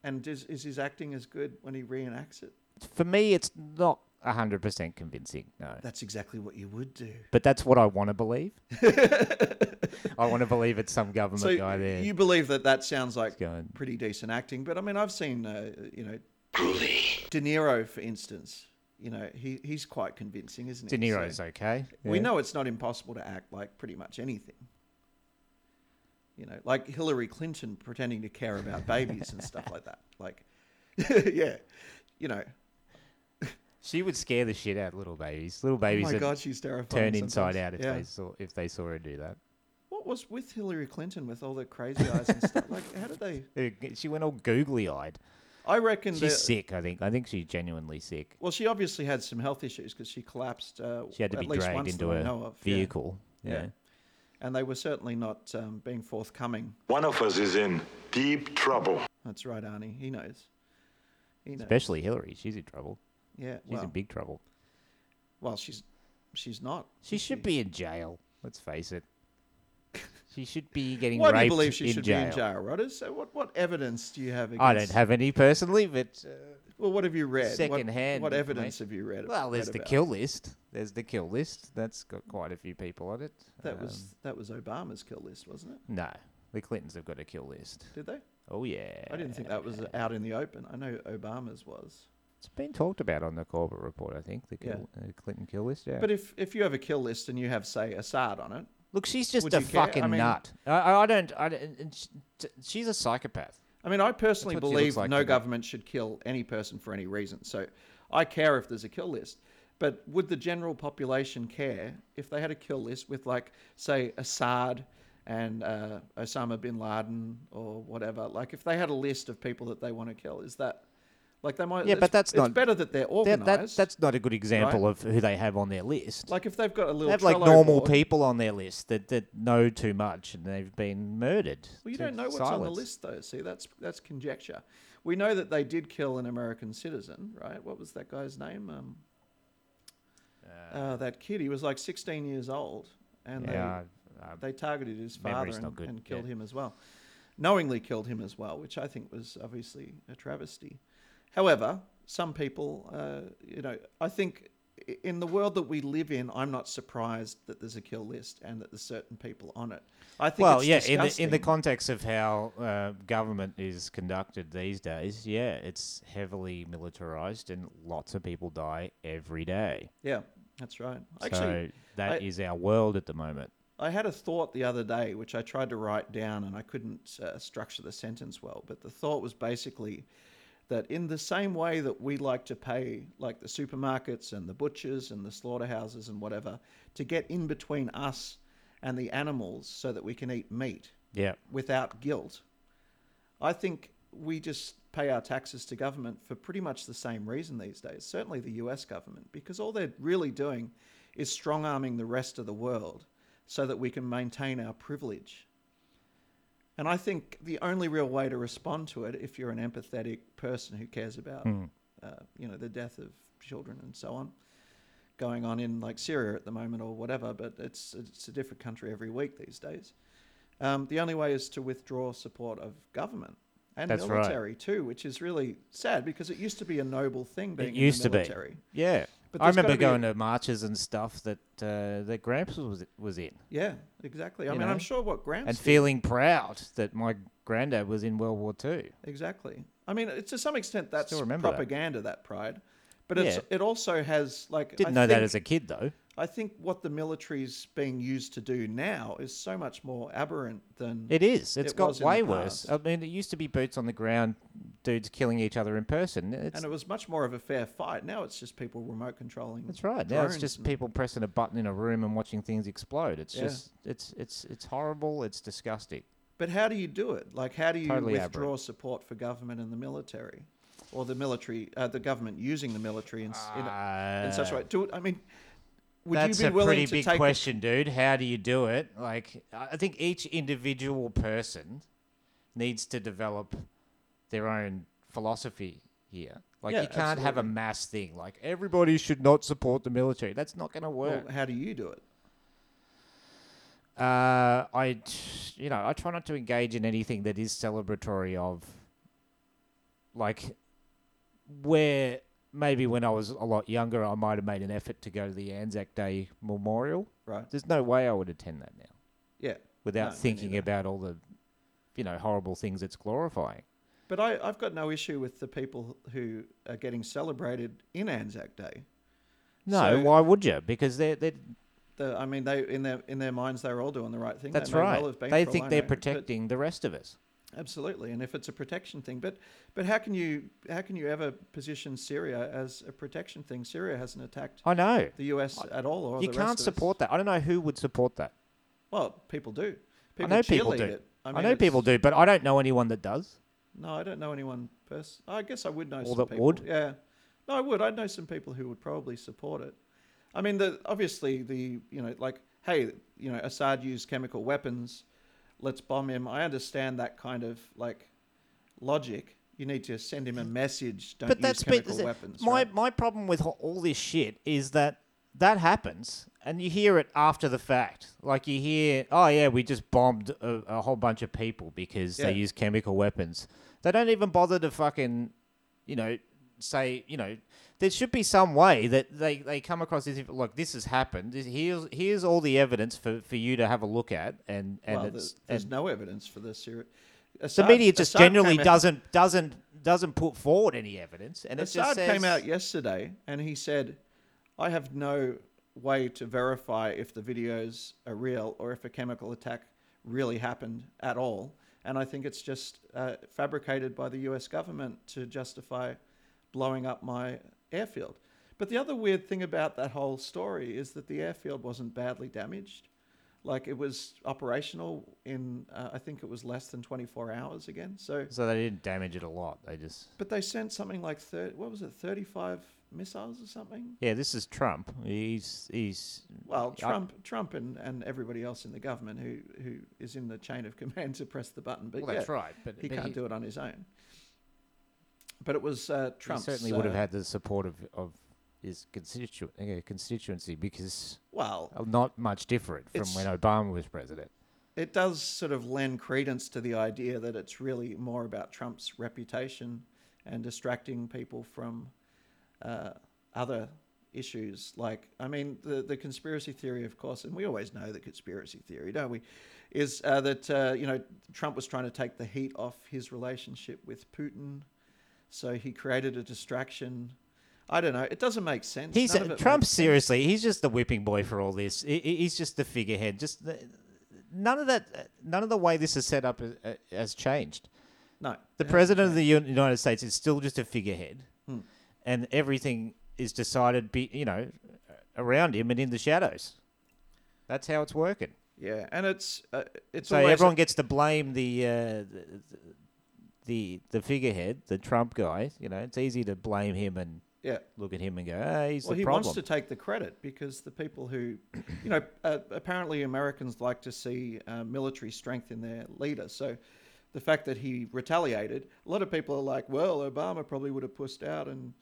Speaker 1: And is, is his acting as good when he reenacts it?
Speaker 2: For me, it's not hundred percent convincing. No,
Speaker 1: That's exactly what you would do.
Speaker 2: but that's what I want to believe. I want to believe it's some government
Speaker 1: So
Speaker 2: guy there.
Speaker 1: you believe that that sounds like
Speaker 2: going-
Speaker 1: pretty decent acting, but I mean, I've seen uh, you know, De Niro, for instance. You know, he, he's quite convincing, isn't he?
Speaker 2: De Niro's
Speaker 1: So
Speaker 2: okay.
Speaker 1: We
Speaker 2: yeah.
Speaker 1: know it's not impossible to act like pretty much anything. You know, like Hillary Clinton pretending to care about babies and stuff like
Speaker 2: (laughs)
Speaker 1: that. Like, (laughs) yeah, you know. oh
Speaker 2: she would scare the shit out of little babies. Little
Speaker 1: Oh
Speaker 2: babies
Speaker 1: my
Speaker 2: would
Speaker 1: God, she's terrifying.
Speaker 2: turn
Speaker 1: sometimes.
Speaker 2: inside out if
Speaker 1: Yeah.
Speaker 2: they saw if they saw her do that.
Speaker 1: What was with Hillary Clinton with all the crazy eyes and stuff? Like, how did they?
Speaker 2: Uh, She went all googly eyed.
Speaker 1: I reckon that.
Speaker 2: She's sick, I think. I think she's genuinely sick.
Speaker 1: Well, she obviously had some health issues because she collapsed. Uh,
Speaker 2: She had to
Speaker 1: at
Speaker 2: be
Speaker 1: least
Speaker 2: dragged
Speaker 1: once
Speaker 2: into
Speaker 1: that I
Speaker 2: a
Speaker 1: know of, yeah.
Speaker 2: vehicle. Yeah.
Speaker 1: Yeah. and they were certainly not um, being forthcoming.
Speaker 3: One of us is in deep trouble.
Speaker 1: That's right, Arnie. He knows. He knows.
Speaker 2: Especially Hillary. She's in trouble.
Speaker 1: yeah.
Speaker 2: She's
Speaker 1: well,
Speaker 2: in big trouble.
Speaker 1: well, she's she's not.
Speaker 2: She should be in jail. Let's
Speaker 1: (laughs)
Speaker 2: face it. She should be getting
Speaker 1: Why do
Speaker 2: raped
Speaker 1: you believe she
Speaker 2: in
Speaker 1: should
Speaker 2: jail.
Speaker 1: be in jail, Rodders? So what, what evidence do you have against?
Speaker 2: I don't have any personally, but uh,
Speaker 1: Well, what have you read? What-
Speaker 2: Secondhand
Speaker 1: What,
Speaker 2: information.
Speaker 1: evidence have you read?
Speaker 2: well, there's
Speaker 1: read
Speaker 2: the
Speaker 1: about?
Speaker 2: kill list. There's the kill list. That's got quite a few people on it.
Speaker 1: That
Speaker 2: Um,
Speaker 1: was that was Obama's kill list, wasn't it?
Speaker 2: no. The Clintons have got a kill list.
Speaker 1: Did they?
Speaker 2: Oh yeah.
Speaker 1: I didn't think that was out in the open. I know Obama's was.
Speaker 2: It's been talked about on the Corbett report, I think. The
Speaker 1: Yeah.
Speaker 2: kill, uh, Clinton kill list. Yeah.
Speaker 1: But if if you have a kill list and you have say Assad on it,
Speaker 2: Look, she's just
Speaker 1: Would
Speaker 2: a
Speaker 1: you care? I
Speaker 2: fucking
Speaker 1: mean-
Speaker 2: nut. I, I I don't. I don't. and sh- t- She's a psychopath.
Speaker 1: I mean, I personally
Speaker 2: That's what she
Speaker 1: believe
Speaker 2: looks like
Speaker 1: no
Speaker 2: to me.
Speaker 1: government should kill any person for any reason. So I care if there's a kill list. But would the general population care if they had a kill list with, like, say, Assad and uh, Osama bin Laden or whatever? Like, if they had a list of people that they want to kill, is that like they might?
Speaker 2: Yeah, but
Speaker 1: it's-
Speaker 2: that's
Speaker 1: it's
Speaker 2: not-
Speaker 1: better that they're
Speaker 2: That,
Speaker 1: organized.
Speaker 2: that that's not a good example of who they have on their list.
Speaker 1: like if they've got a little
Speaker 2: they have like
Speaker 1: Trello
Speaker 2: normal
Speaker 1: board-
Speaker 2: people on their list that, that know too much and they've been murdered.
Speaker 1: Well, you
Speaker 2: to
Speaker 1: don't know what's on the
Speaker 2: silence.
Speaker 1: list, though. See, that's that's conjecture. We know that they did kill an American citizen, right? What was that guy's name? Um, uh, that kid. He was like 16 years old, and
Speaker 2: Yeah, I- I-
Speaker 1: they they targeted his father
Speaker 2: memory's
Speaker 1: and,
Speaker 2: not good,
Speaker 1: and killed
Speaker 2: yeah.
Speaker 1: him as well, knowingly killed him as well, which I think was obviously a travesty. However, some people, uh, you know, I think. i- In the world that we live in, I'm not surprised that there's a kill list and that there's certain people on it. I think
Speaker 2: well,
Speaker 1: it's
Speaker 2: yeah, in the, in the
Speaker 1: disgusting.
Speaker 2: context of how uh, government is conducted these days, yeah, it's heavily militarized and lots of people die every day.
Speaker 1: Yeah, that's right.
Speaker 2: so
Speaker 1: Actually,
Speaker 2: that
Speaker 1: I-
Speaker 2: is our world at the moment.
Speaker 1: I had a thought the other day, which I tried to write down and I couldn't uh, structure the sentence well. But the thought was basically that in the same way that we like to pay like the supermarkets and the butchers and the slaughterhouses and whatever to get in between us and the animals so that we can eat meat
Speaker 2: Yeah.
Speaker 1: without guilt. I think we just pay our taxes to government for pretty much the same reason these days, certainly the US government, because all they're really doing is strong arming the rest of the world so that we can maintain our privilege. And I think the only real way to respond to it, if you're an empathetic person who cares about,
Speaker 2: Hmm.
Speaker 1: uh, you know, the death of children and so on, going on in like Syria at the moment or whatever, but it's it's a different country every week these days. Um, the only way is to withdraw support of government and
Speaker 2: That's right.
Speaker 1: military too, which is really sad because it used to be a noble thing being
Speaker 2: It
Speaker 1: in
Speaker 2: used
Speaker 1: the
Speaker 2: to be.
Speaker 1: military.
Speaker 2: Yeah.
Speaker 1: But
Speaker 2: I
Speaker 1: there's
Speaker 2: remember
Speaker 1: gotta
Speaker 2: going
Speaker 1: be
Speaker 2: to marches and stuff that uh, that Gramps was was in,
Speaker 1: Yeah, exactly. I
Speaker 2: You
Speaker 1: mean,
Speaker 2: know?
Speaker 1: I'm sure what Gramps
Speaker 2: and
Speaker 1: did-
Speaker 2: feeling proud that my granddad was in World War Two.
Speaker 1: Exactly. I mean, it's to some extent that's
Speaker 2: Still remember that.
Speaker 1: propaganda that, pride, but it's,
Speaker 2: Yeah.
Speaker 1: it also has like
Speaker 2: Didn't
Speaker 1: I
Speaker 2: know
Speaker 1: think,
Speaker 2: that as a kid though.
Speaker 1: I think what the military's being used to do now is so much more aberrant than
Speaker 2: It is. It's
Speaker 1: It
Speaker 2: got
Speaker 1: was in the
Speaker 2: way worse. I
Speaker 1: past.
Speaker 2: mean, it used to be boots on the ground, dudes killing each other in person. It's,
Speaker 1: and it was much more of a fair fight. Now it's just people remote controlling.
Speaker 2: that's right. Now it's
Speaker 1: drones
Speaker 2: just
Speaker 1: and-
Speaker 2: people pressing a button in a room and watching things explode. It's
Speaker 1: Yeah.
Speaker 2: just it's it's it's horrible. It's disgusting.
Speaker 1: But how do you do it? Like, how do you
Speaker 2: Totally
Speaker 1: withdraw
Speaker 2: aberrant.
Speaker 1: support for government and the military, or the military, uh, the government using the military in, s- in, in such a way? Do I mean, would
Speaker 2: Uh, That's
Speaker 1: you
Speaker 2: a
Speaker 1: be willing
Speaker 2: pretty
Speaker 1: to
Speaker 2: big
Speaker 1: take a-
Speaker 2: question, dude. How do you do it? Like, I I think each individual person needs to develop their own philosophy here. Like,
Speaker 1: Yeah,
Speaker 2: you can't have a
Speaker 1: absolutely.
Speaker 2: mass thing. Like, everybody should not support the military. That's not going to
Speaker 1: Well,
Speaker 2: work.
Speaker 1: how do you do it?
Speaker 2: Uh, I, t- you know, I try not to engage in anything that is celebratory of, like, where maybe when I was a lot younger, I might have made an effort to go to the Anzac Day Memorial.
Speaker 1: Right.
Speaker 2: There's no way I would attend that now
Speaker 1: Yeah.
Speaker 2: without
Speaker 1: No, me
Speaker 2: thinking
Speaker 1: neither.
Speaker 2: about all the, you know, horrible things it's glorifying.
Speaker 1: But I, I've got no issue with the people who are getting celebrated in Anzac Day.
Speaker 2: No,
Speaker 1: So-
Speaker 2: why would you? Because they're they
Speaker 1: The, I mean, they in their in their minds they're all doing the right thing.
Speaker 2: that's
Speaker 1: they may
Speaker 2: right.
Speaker 1: Well have been
Speaker 2: they
Speaker 1: for all I
Speaker 2: think they're
Speaker 1: know, but-
Speaker 2: protecting the rest of us.
Speaker 1: absolutely, and if it's a protection thing, but but how can you how can you ever position Syria as a protection thing? Syria hasn't attacked
Speaker 2: I know.
Speaker 1: the U.S. at all, or
Speaker 2: You
Speaker 1: the rest
Speaker 2: can't
Speaker 1: of us.
Speaker 2: support that. I don't know who would support that.
Speaker 1: Well, people do. People
Speaker 2: I know people
Speaker 1: cheerlead
Speaker 2: do.
Speaker 1: It.
Speaker 2: I,
Speaker 1: mean,
Speaker 2: know people
Speaker 1: it's-
Speaker 2: do, but I don't know anyone that does.
Speaker 1: No, I don't know anyone. Pers- I guess I would know some
Speaker 2: that
Speaker 1: people.
Speaker 2: would?
Speaker 1: Yeah, no, I would. I'd know some people who would probably support it. I mean, the obviously the you know like hey you know Assad used chemical weapons, let's bomb him. I understand that kind of like logic. You need to send him a message. Don't
Speaker 2: but
Speaker 1: use
Speaker 2: that's but-
Speaker 1: chemical weapons.
Speaker 2: my
Speaker 1: right?
Speaker 2: my problem with ho- all this shit is that that happens and you hear it after the fact. Like you hear, oh yeah, we just bombed a, a whole bunch of people because
Speaker 1: Yeah.
Speaker 2: they use chemical weapons. They don't even bother to fucking, you know, say you know. There should be some way that they, they come across this. Look, this has happened. This- Here's here's all the evidence for, for you to have a look at, and and
Speaker 1: well,
Speaker 2: it's
Speaker 1: there's, there's
Speaker 2: and
Speaker 1: no evidence for this here.
Speaker 2: the
Speaker 1: Assad,
Speaker 2: media just
Speaker 1: Assad
Speaker 2: generally
Speaker 1: came out-
Speaker 2: doesn't doesn't doesn't put forward any evidence, and it
Speaker 1: Assad
Speaker 2: just says,
Speaker 1: came out yesterday and he said, I have no way to verify if the videos are real or if a chemical attack really happened at all. And I think it's just uh, fabricated by the US government to justify blowing up my airfield. But the other weird thing about that whole story is that the airfield wasn't badly damaged. Like it was operational in, uh, I think it was less than 24 hours again. So
Speaker 2: so they didn't damage it a lot. They just
Speaker 1: but they sent something like 30, what was it, 35 missiles or something?
Speaker 2: yeah, this is Trump. He's he's
Speaker 1: Well,
Speaker 2: Yeah, I-
Speaker 1: Trump, Trump, and, and everybody else in the government who, who is in the chain of (laughs) command to press the button. But
Speaker 2: well, that's
Speaker 1: yeah,
Speaker 2: right, but
Speaker 1: he
Speaker 2: but
Speaker 1: can't
Speaker 2: he,
Speaker 1: do it on his own. But it was uh,
Speaker 2: Trump
Speaker 1: Trump.
Speaker 2: certainly would have had the support of of his constituent uh, constituency because
Speaker 1: Well,
Speaker 2: not much different from
Speaker 1: It's-
Speaker 2: when Obama was president.
Speaker 1: it does sort of lend credence to the idea that it's really more about Trump's reputation and distracting people from uh, other issues. Like, I mean, the, the conspiracy theory, of course, and we always know the conspiracy theory, don't we? Is uh, that, uh, you know, Trump was trying to take the heat off his relationship with Putin. So he created a distraction. I don't know. It doesn't make sense.
Speaker 2: He's
Speaker 1: None of it
Speaker 2: uh,
Speaker 1: makes
Speaker 2: Trump.
Speaker 1: sense.
Speaker 2: Seriously, he's just the whipping boy for all this. He, he- he's just the figurehead. Just the, none of that. None of the way this is set up has, has uh, changed.
Speaker 1: No.
Speaker 2: The president of the Un- United States is still just a figurehead,
Speaker 1: Hmm.
Speaker 2: and everything is decided, be, you know, around him and in the shadows. That's how it's working.
Speaker 1: Yeah, and it's uh, it's
Speaker 2: So
Speaker 1: always
Speaker 2: everyone gets to blame the, uh, the the the figurehead, the Trump guy. You know, it's easy to blame him and
Speaker 1: yeah.
Speaker 2: look at him and go, "Ah, he's
Speaker 1: Well,
Speaker 2: the
Speaker 1: he
Speaker 2: problem."
Speaker 1: wants to take the credit because the people who, (clears throat) you know, uh, apparently Americans like to see uh, military strength in their leader. So the fact that he retaliated, a lot of people are like, well, Obama probably would have pushed out and,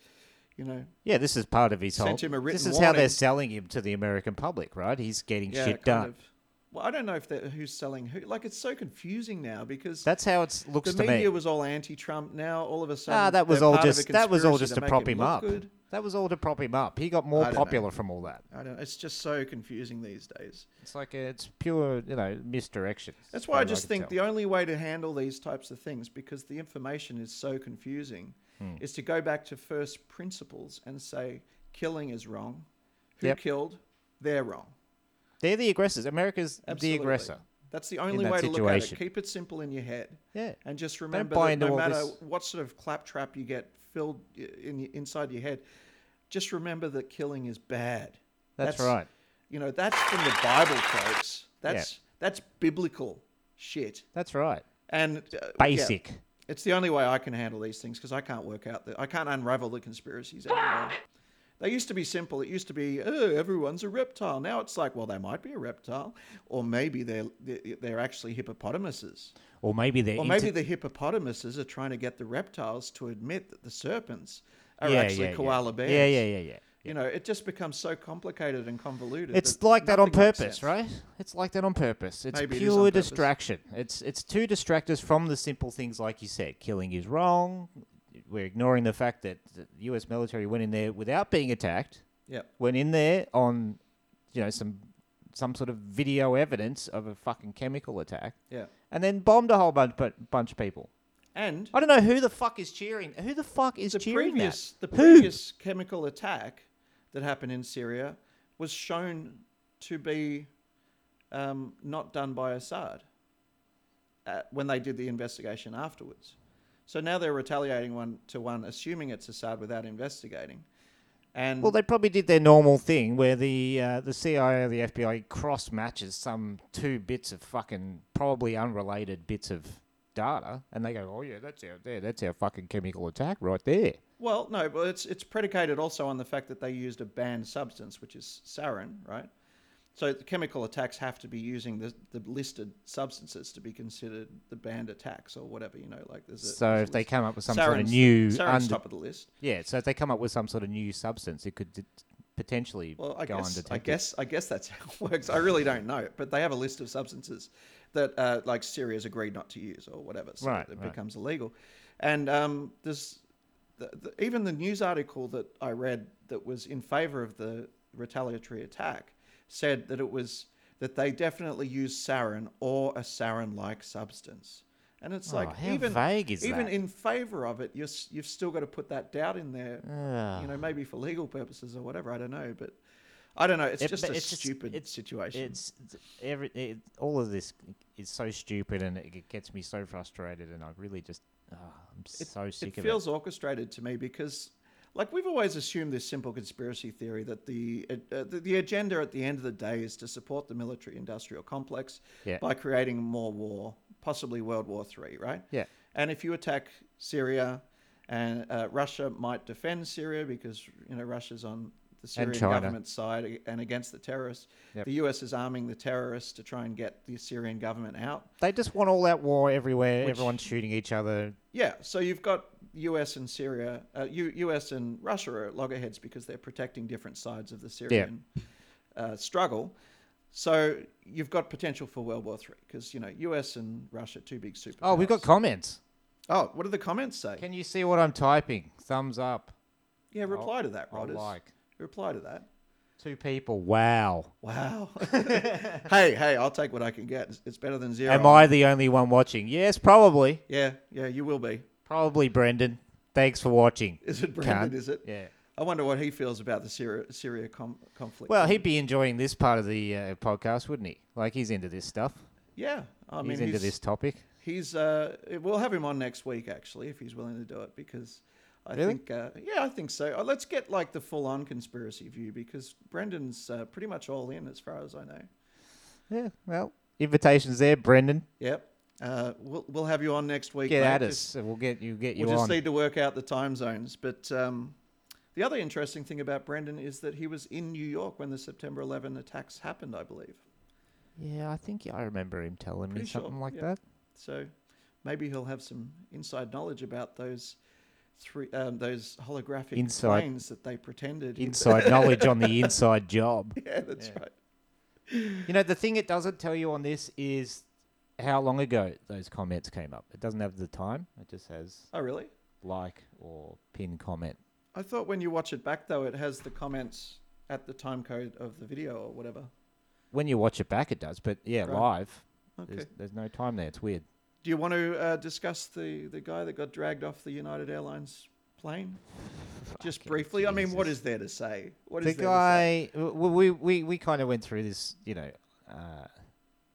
Speaker 1: you know,
Speaker 2: yeah, this is part of his whole.
Speaker 1: Sent him a
Speaker 2: this
Speaker 1: written
Speaker 2: is how they're
Speaker 1: warning.
Speaker 2: selling him to the American public, right? He's getting
Speaker 1: yeah,
Speaker 2: shit
Speaker 1: kind
Speaker 2: done.
Speaker 1: of. Well, I don't know if that who's selling who. Like, it's so confusing now because
Speaker 2: That's how it looks
Speaker 1: the
Speaker 2: to
Speaker 1: media
Speaker 2: me.
Speaker 1: was all anti-Trump. Now all of a sudden,
Speaker 2: Ah, that was
Speaker 1: they're
Speaker 2: all
Speaker 1: part of a
Speaker 2: just that was all
Speaker 1: conspiracy
Speaker 2: just to
Speaker 1: make
Speaker 2: prop
Speaker 1: him
Speaker 2: him
Speaker 1: look
Speaker 2: up.
Speaker 1: good.
Speaker 2: That was all to prop him up. He got
Speaker 1: I
Speaker 2: more
Speaker 1: don't know.
Speaker 2: popular from all that.
Speaker 1: I don't. It's just so confusing these days.
Speaker 2: It's like uh, it's pure, you know, misdirection.
Speaker 1: That's why I just think the only way to handle these types of things, because the information is so confusing,
Speaker 2: Hmm.
Speaker 1: is to go back to first principles and say killing is wrong. Who
Speaker 2: Yep.
Speaker 1: killed? They're wrong.
Speaker 2: they're the aggressors. America's
Speaker 1: Absolutely.
Speaker 2: the aggressor.
Speaker 1: That's the only
Speaker 2: that
Speaker 1: way to look at
Speaker 2: situation.
Speaker 1: it. Keep it simple in your head.
Speaker 2: Yeah.
Speaker 1: And just remember
Speaker 2: buy
Speaker 1: that
Speaker 2: into
Speaker 1: no
Speaker 2: all
Speaker 1: matter
Speaker 2: this-
Speaker 1: what sort of claptrap you get filled i- in inside your head, just remember that killing is bad.
Speaker 2: That's right.
Speaker 1: You know, that's from the Bible, folks. That's that's biblical shit.
Speaker 2: That's right.
Speaker 1: And uh, yeah.
Speaker 2: Basic.
Speaker 1: It's the only way I can handle these things because I can't work out the I can't unravel the conspiracies anymore.
Speaker 2: (laughs)
Speaker 1: They used to be simple. It used to be, oh, everyone's a reptile. Now it's like, well, they might be a reptile, or maybe they're they're they're actually hippopotamuses,
Speaker 2: Or maybe they're
Speaker 1: or maybe
Speaker 2: inter-
Speaker 1: the hippopotamuses are trying to get the reptiles to admit that the serpents are
Speaker 2: yeah,
Speaker 1: actually
Speaker 2: yeah, yeah.
Speaker 1: koala bears.
Speaker 2: Yeah, yeah, yeah, yeah.
Speaker 1: You know, it just becomes so complicated and convoluted.
Speaker 2: It's
Speaker 1: that
Speaker 2: like that on
Speaker 1: nothing makes
Speaker 2: purpose,
Speaker 1: sense.
Speaker 2: right? It's like that on purpose. It's
Speaker 1: Maybe it is on
Speaker 2: pure
Speaker 1: purpose.
Speaker 2: distraction. It's it's to distract us from the simple things, like you said, killing is wrong. We're ignoring the fact that the U.S. military went in there without being attacked.
Speaker 1: Yep.
Speaker 2: Went in there on, you know, some some sort of video evidence of a fucking chemical attack,
Speaker 1: Yeah.
Speaker 2: and then bombed a whole bunch but bunch of people.
Speaker 1: And
Speaker 2: I don't know who the fuck is cheering. Who the fuck is
Speaker 1: the
Speaker 2: cheering
Speaker 1: previous
Speaker 2: that?
Speaker 1: the
Speaker 2: Who?
Speaker 1: previous chemical attack that happened in Syria was shown to be um, not done by Assad uh when they did the investigation afterwards. So now they're retaliating one to one, assuming it's Assad without investigating. And
Speaker 2: Well, they probably did their normal thing where the uh, the CIA or the FBI cross matches some two bits of fucking probably unrelated bits of data, and they go, "Oh yeah, that's our there, that's our fucking chemical attack right there."
Speaker 1: Well, no, but it's it's predicated also on the fact that they used a banned substance, which is sarin, right? So the chemical attacks have to be using the, the listed substances to be considered the banned attacks or whatever, you know, like there's a
Speaker 2: So
Speaker 1: there's a
Speaker 2: if they
Speaker 1: list.
Speaker 2: come up with some sort of
Speaker 1: Sarin's-
Speaker 2: new
Speaker 1: sarin's
Speaker 2: under-
Speaker 1: top of the list.
Speaker 2: Yeah, so if they come up with some sort of new substance, it could d- potentially
Speaker 1: Well, I
Speaker 2: go
Speaker 1: guess I
Speaker 2: undetected.
Speaker 1: guess I guess that's (laughs) how it works. I really don't know, but they have a list of substances that uh, like Syria's agreed not to use or whatever, so
Speaker 2: Right,
Speaker 1: it
Speaker 2: right.
Speaker 1: becomes illegal. And um, there's the, the, even the news article that I read that was in favor of the retaliatory attack said that it was that they definitely used sarin or a sarin-like substance. And it's
Speaker 2: Oh,
Speaker 1: like
Speaker 2: how
Speaker 1: even
Speaker 2: vague is
Speaker 1: even
Speaker 2: that?
Speaker 1: in favor of it, you're, s- you've still got to put that doubt in there. You know, maybe for legal purposes or whatever. I don't know, but I don't know. It's
Speaker 2: It-
Speaker 1: just
Speaker 2: but
Speaker 1: a
Speaker 2: it's just-
Speaker 1: stupid
Speaker 2: it's-
Speaker 1: situation.
Speaker 2: It's it's every it, all of this is so stupid, and it gets me so frustrated, and I really just oh, I'm so
Speaker 1: it
Speaker 2: sick of
Speaker 1: feels orchestrated to me because, like, we've always assumed this simple conspiracy theory that the uh, the, the agenda at the end of the day is to support the military-industrial complex
Speaker 2: Yeah.
Speaker 1: by creating more war, possibly World War Three, right?
Speaker 2: Yeah.
Speaker 1: And if you attack Syria, and uh, Russia might defend Syria because you know Russia's on the Syrian
Speaker 2: China.
Speaker 1: government's side a- and against the terrorists.
Speaker 2: Yep.
Speaker 1: The US is arming the terrorists to try and get the Syrian government out.
Speaker 2: They just want all that war everywhere.
Speaker 1: Which-
Speaker 2: Everyone's shooting each other.
Speaker 1: Yeah, so you've got US and Syria, uh, U- US and Russia are at loggerheads because they're protecting different sides of the Syrian uh, struggle. So you've got potential for World War Three because you know US and Russia two big superpowers.
Speaker 2: Oh, we've got comments.
Speaker 1: oh, what do the comments say?
Speaker 2: Can you see what I'm typing? Thumbs up.
Speaker 1: yeah, reply to that,
Speaker 2: I'll
Speaker 1: Rodders.
Speaker 2: like.
Speaker 1: Reply to that.
Speaker 2: Two people. Wow.
Speaker 1: Wow.
Speaker 2: (laughs)
Speaker 1: (laughs) hey, hey, I'll take what I can get. It's, it's better than zero.
Speaker 2: Am I the only one watching? Yes, probably.
Speaker 1: Yeah, yeah, you will be. (laughs)
Speaker 2: Probably Brendan. Thanks for watching.
Speaker 1: Is it Brandon?
Speaker 2: Cunt.
Speaker 1: Is it?
Speaker 2: Yeah.
Speaker 1: I wonder what he feels about the Syria Syria com- conflict.
Speaker 2: Well, he'd be enjoying this part of the uh, podcast, wouldn't he? Like he's into this stuff.
Speaker 1: yeah, I mean,
Speaker 2: he's into this topic.
Speaker 1: He's uh, we'll have him on next week actually if he's willing to do it because I think uh, yeah I think so. Uh, let's get like the full on conspiracy view because Brendan's uh, pretty much all in as far as I know.
Speaker 2: Yeah, well, invitations there, Brendan.
Speaker 1: Yep. Uh, we'll we'll have you on next week.
Speaker 2: Get
Speaker 1: mate.
Speaker 2: at
Speaker 1: Just-
Speaker 2: us. and We'll get you. Get
Speaker 1: We
Speaker 2: you
Speaker 1: just
Speaker 2: on.
Speaker 1: need to work out the time zones. But um, the other interesting thing about Brendan is that he was in New York when the September 11 attacks happened, I believe.
Speaker 2: yeah, I think I remember him telling me
Speaker 1: Pretty sure,
Speaker 2: something like
Speaker 1: yeah.
Speaker 2: that.
Speaker 1: So maybe he'll have some inside knowledge about those three um, those holographic
Speaker 2: Inside-
Speaker 1: planes that they pretended.
Speaker 2: Inside knowledge on the inside job.
Speaker 1: (laughs) yeah, that's right.
Speaker 2: You know, the thing it doesn't tell you on this is how long ago those comments came up. It doesn't have the time. It just has
Speaker 1: Oh, really?
Speaker 2: like or pin comment.
Speaker 1: I thought when you watch it back though, it has the comments at the time code of the video or whatever.
Speaker 2: When you watch it back, it does. But yeah,
Speaker 1: Right.
Speaker 2: live,
Speaker 1: Okay.
Speaker 2: there's, there's no time there. It's weird.
Speaker 1: Do you want to uh, discuss the, the guy that got dragged off the United Airlines plane? Just briefly. I mean, what is there to say? What
Speaker 2: the
Speaker 1: is there to say?
Speaker 2: guy w- w- we we, we kind of went through this you know uh,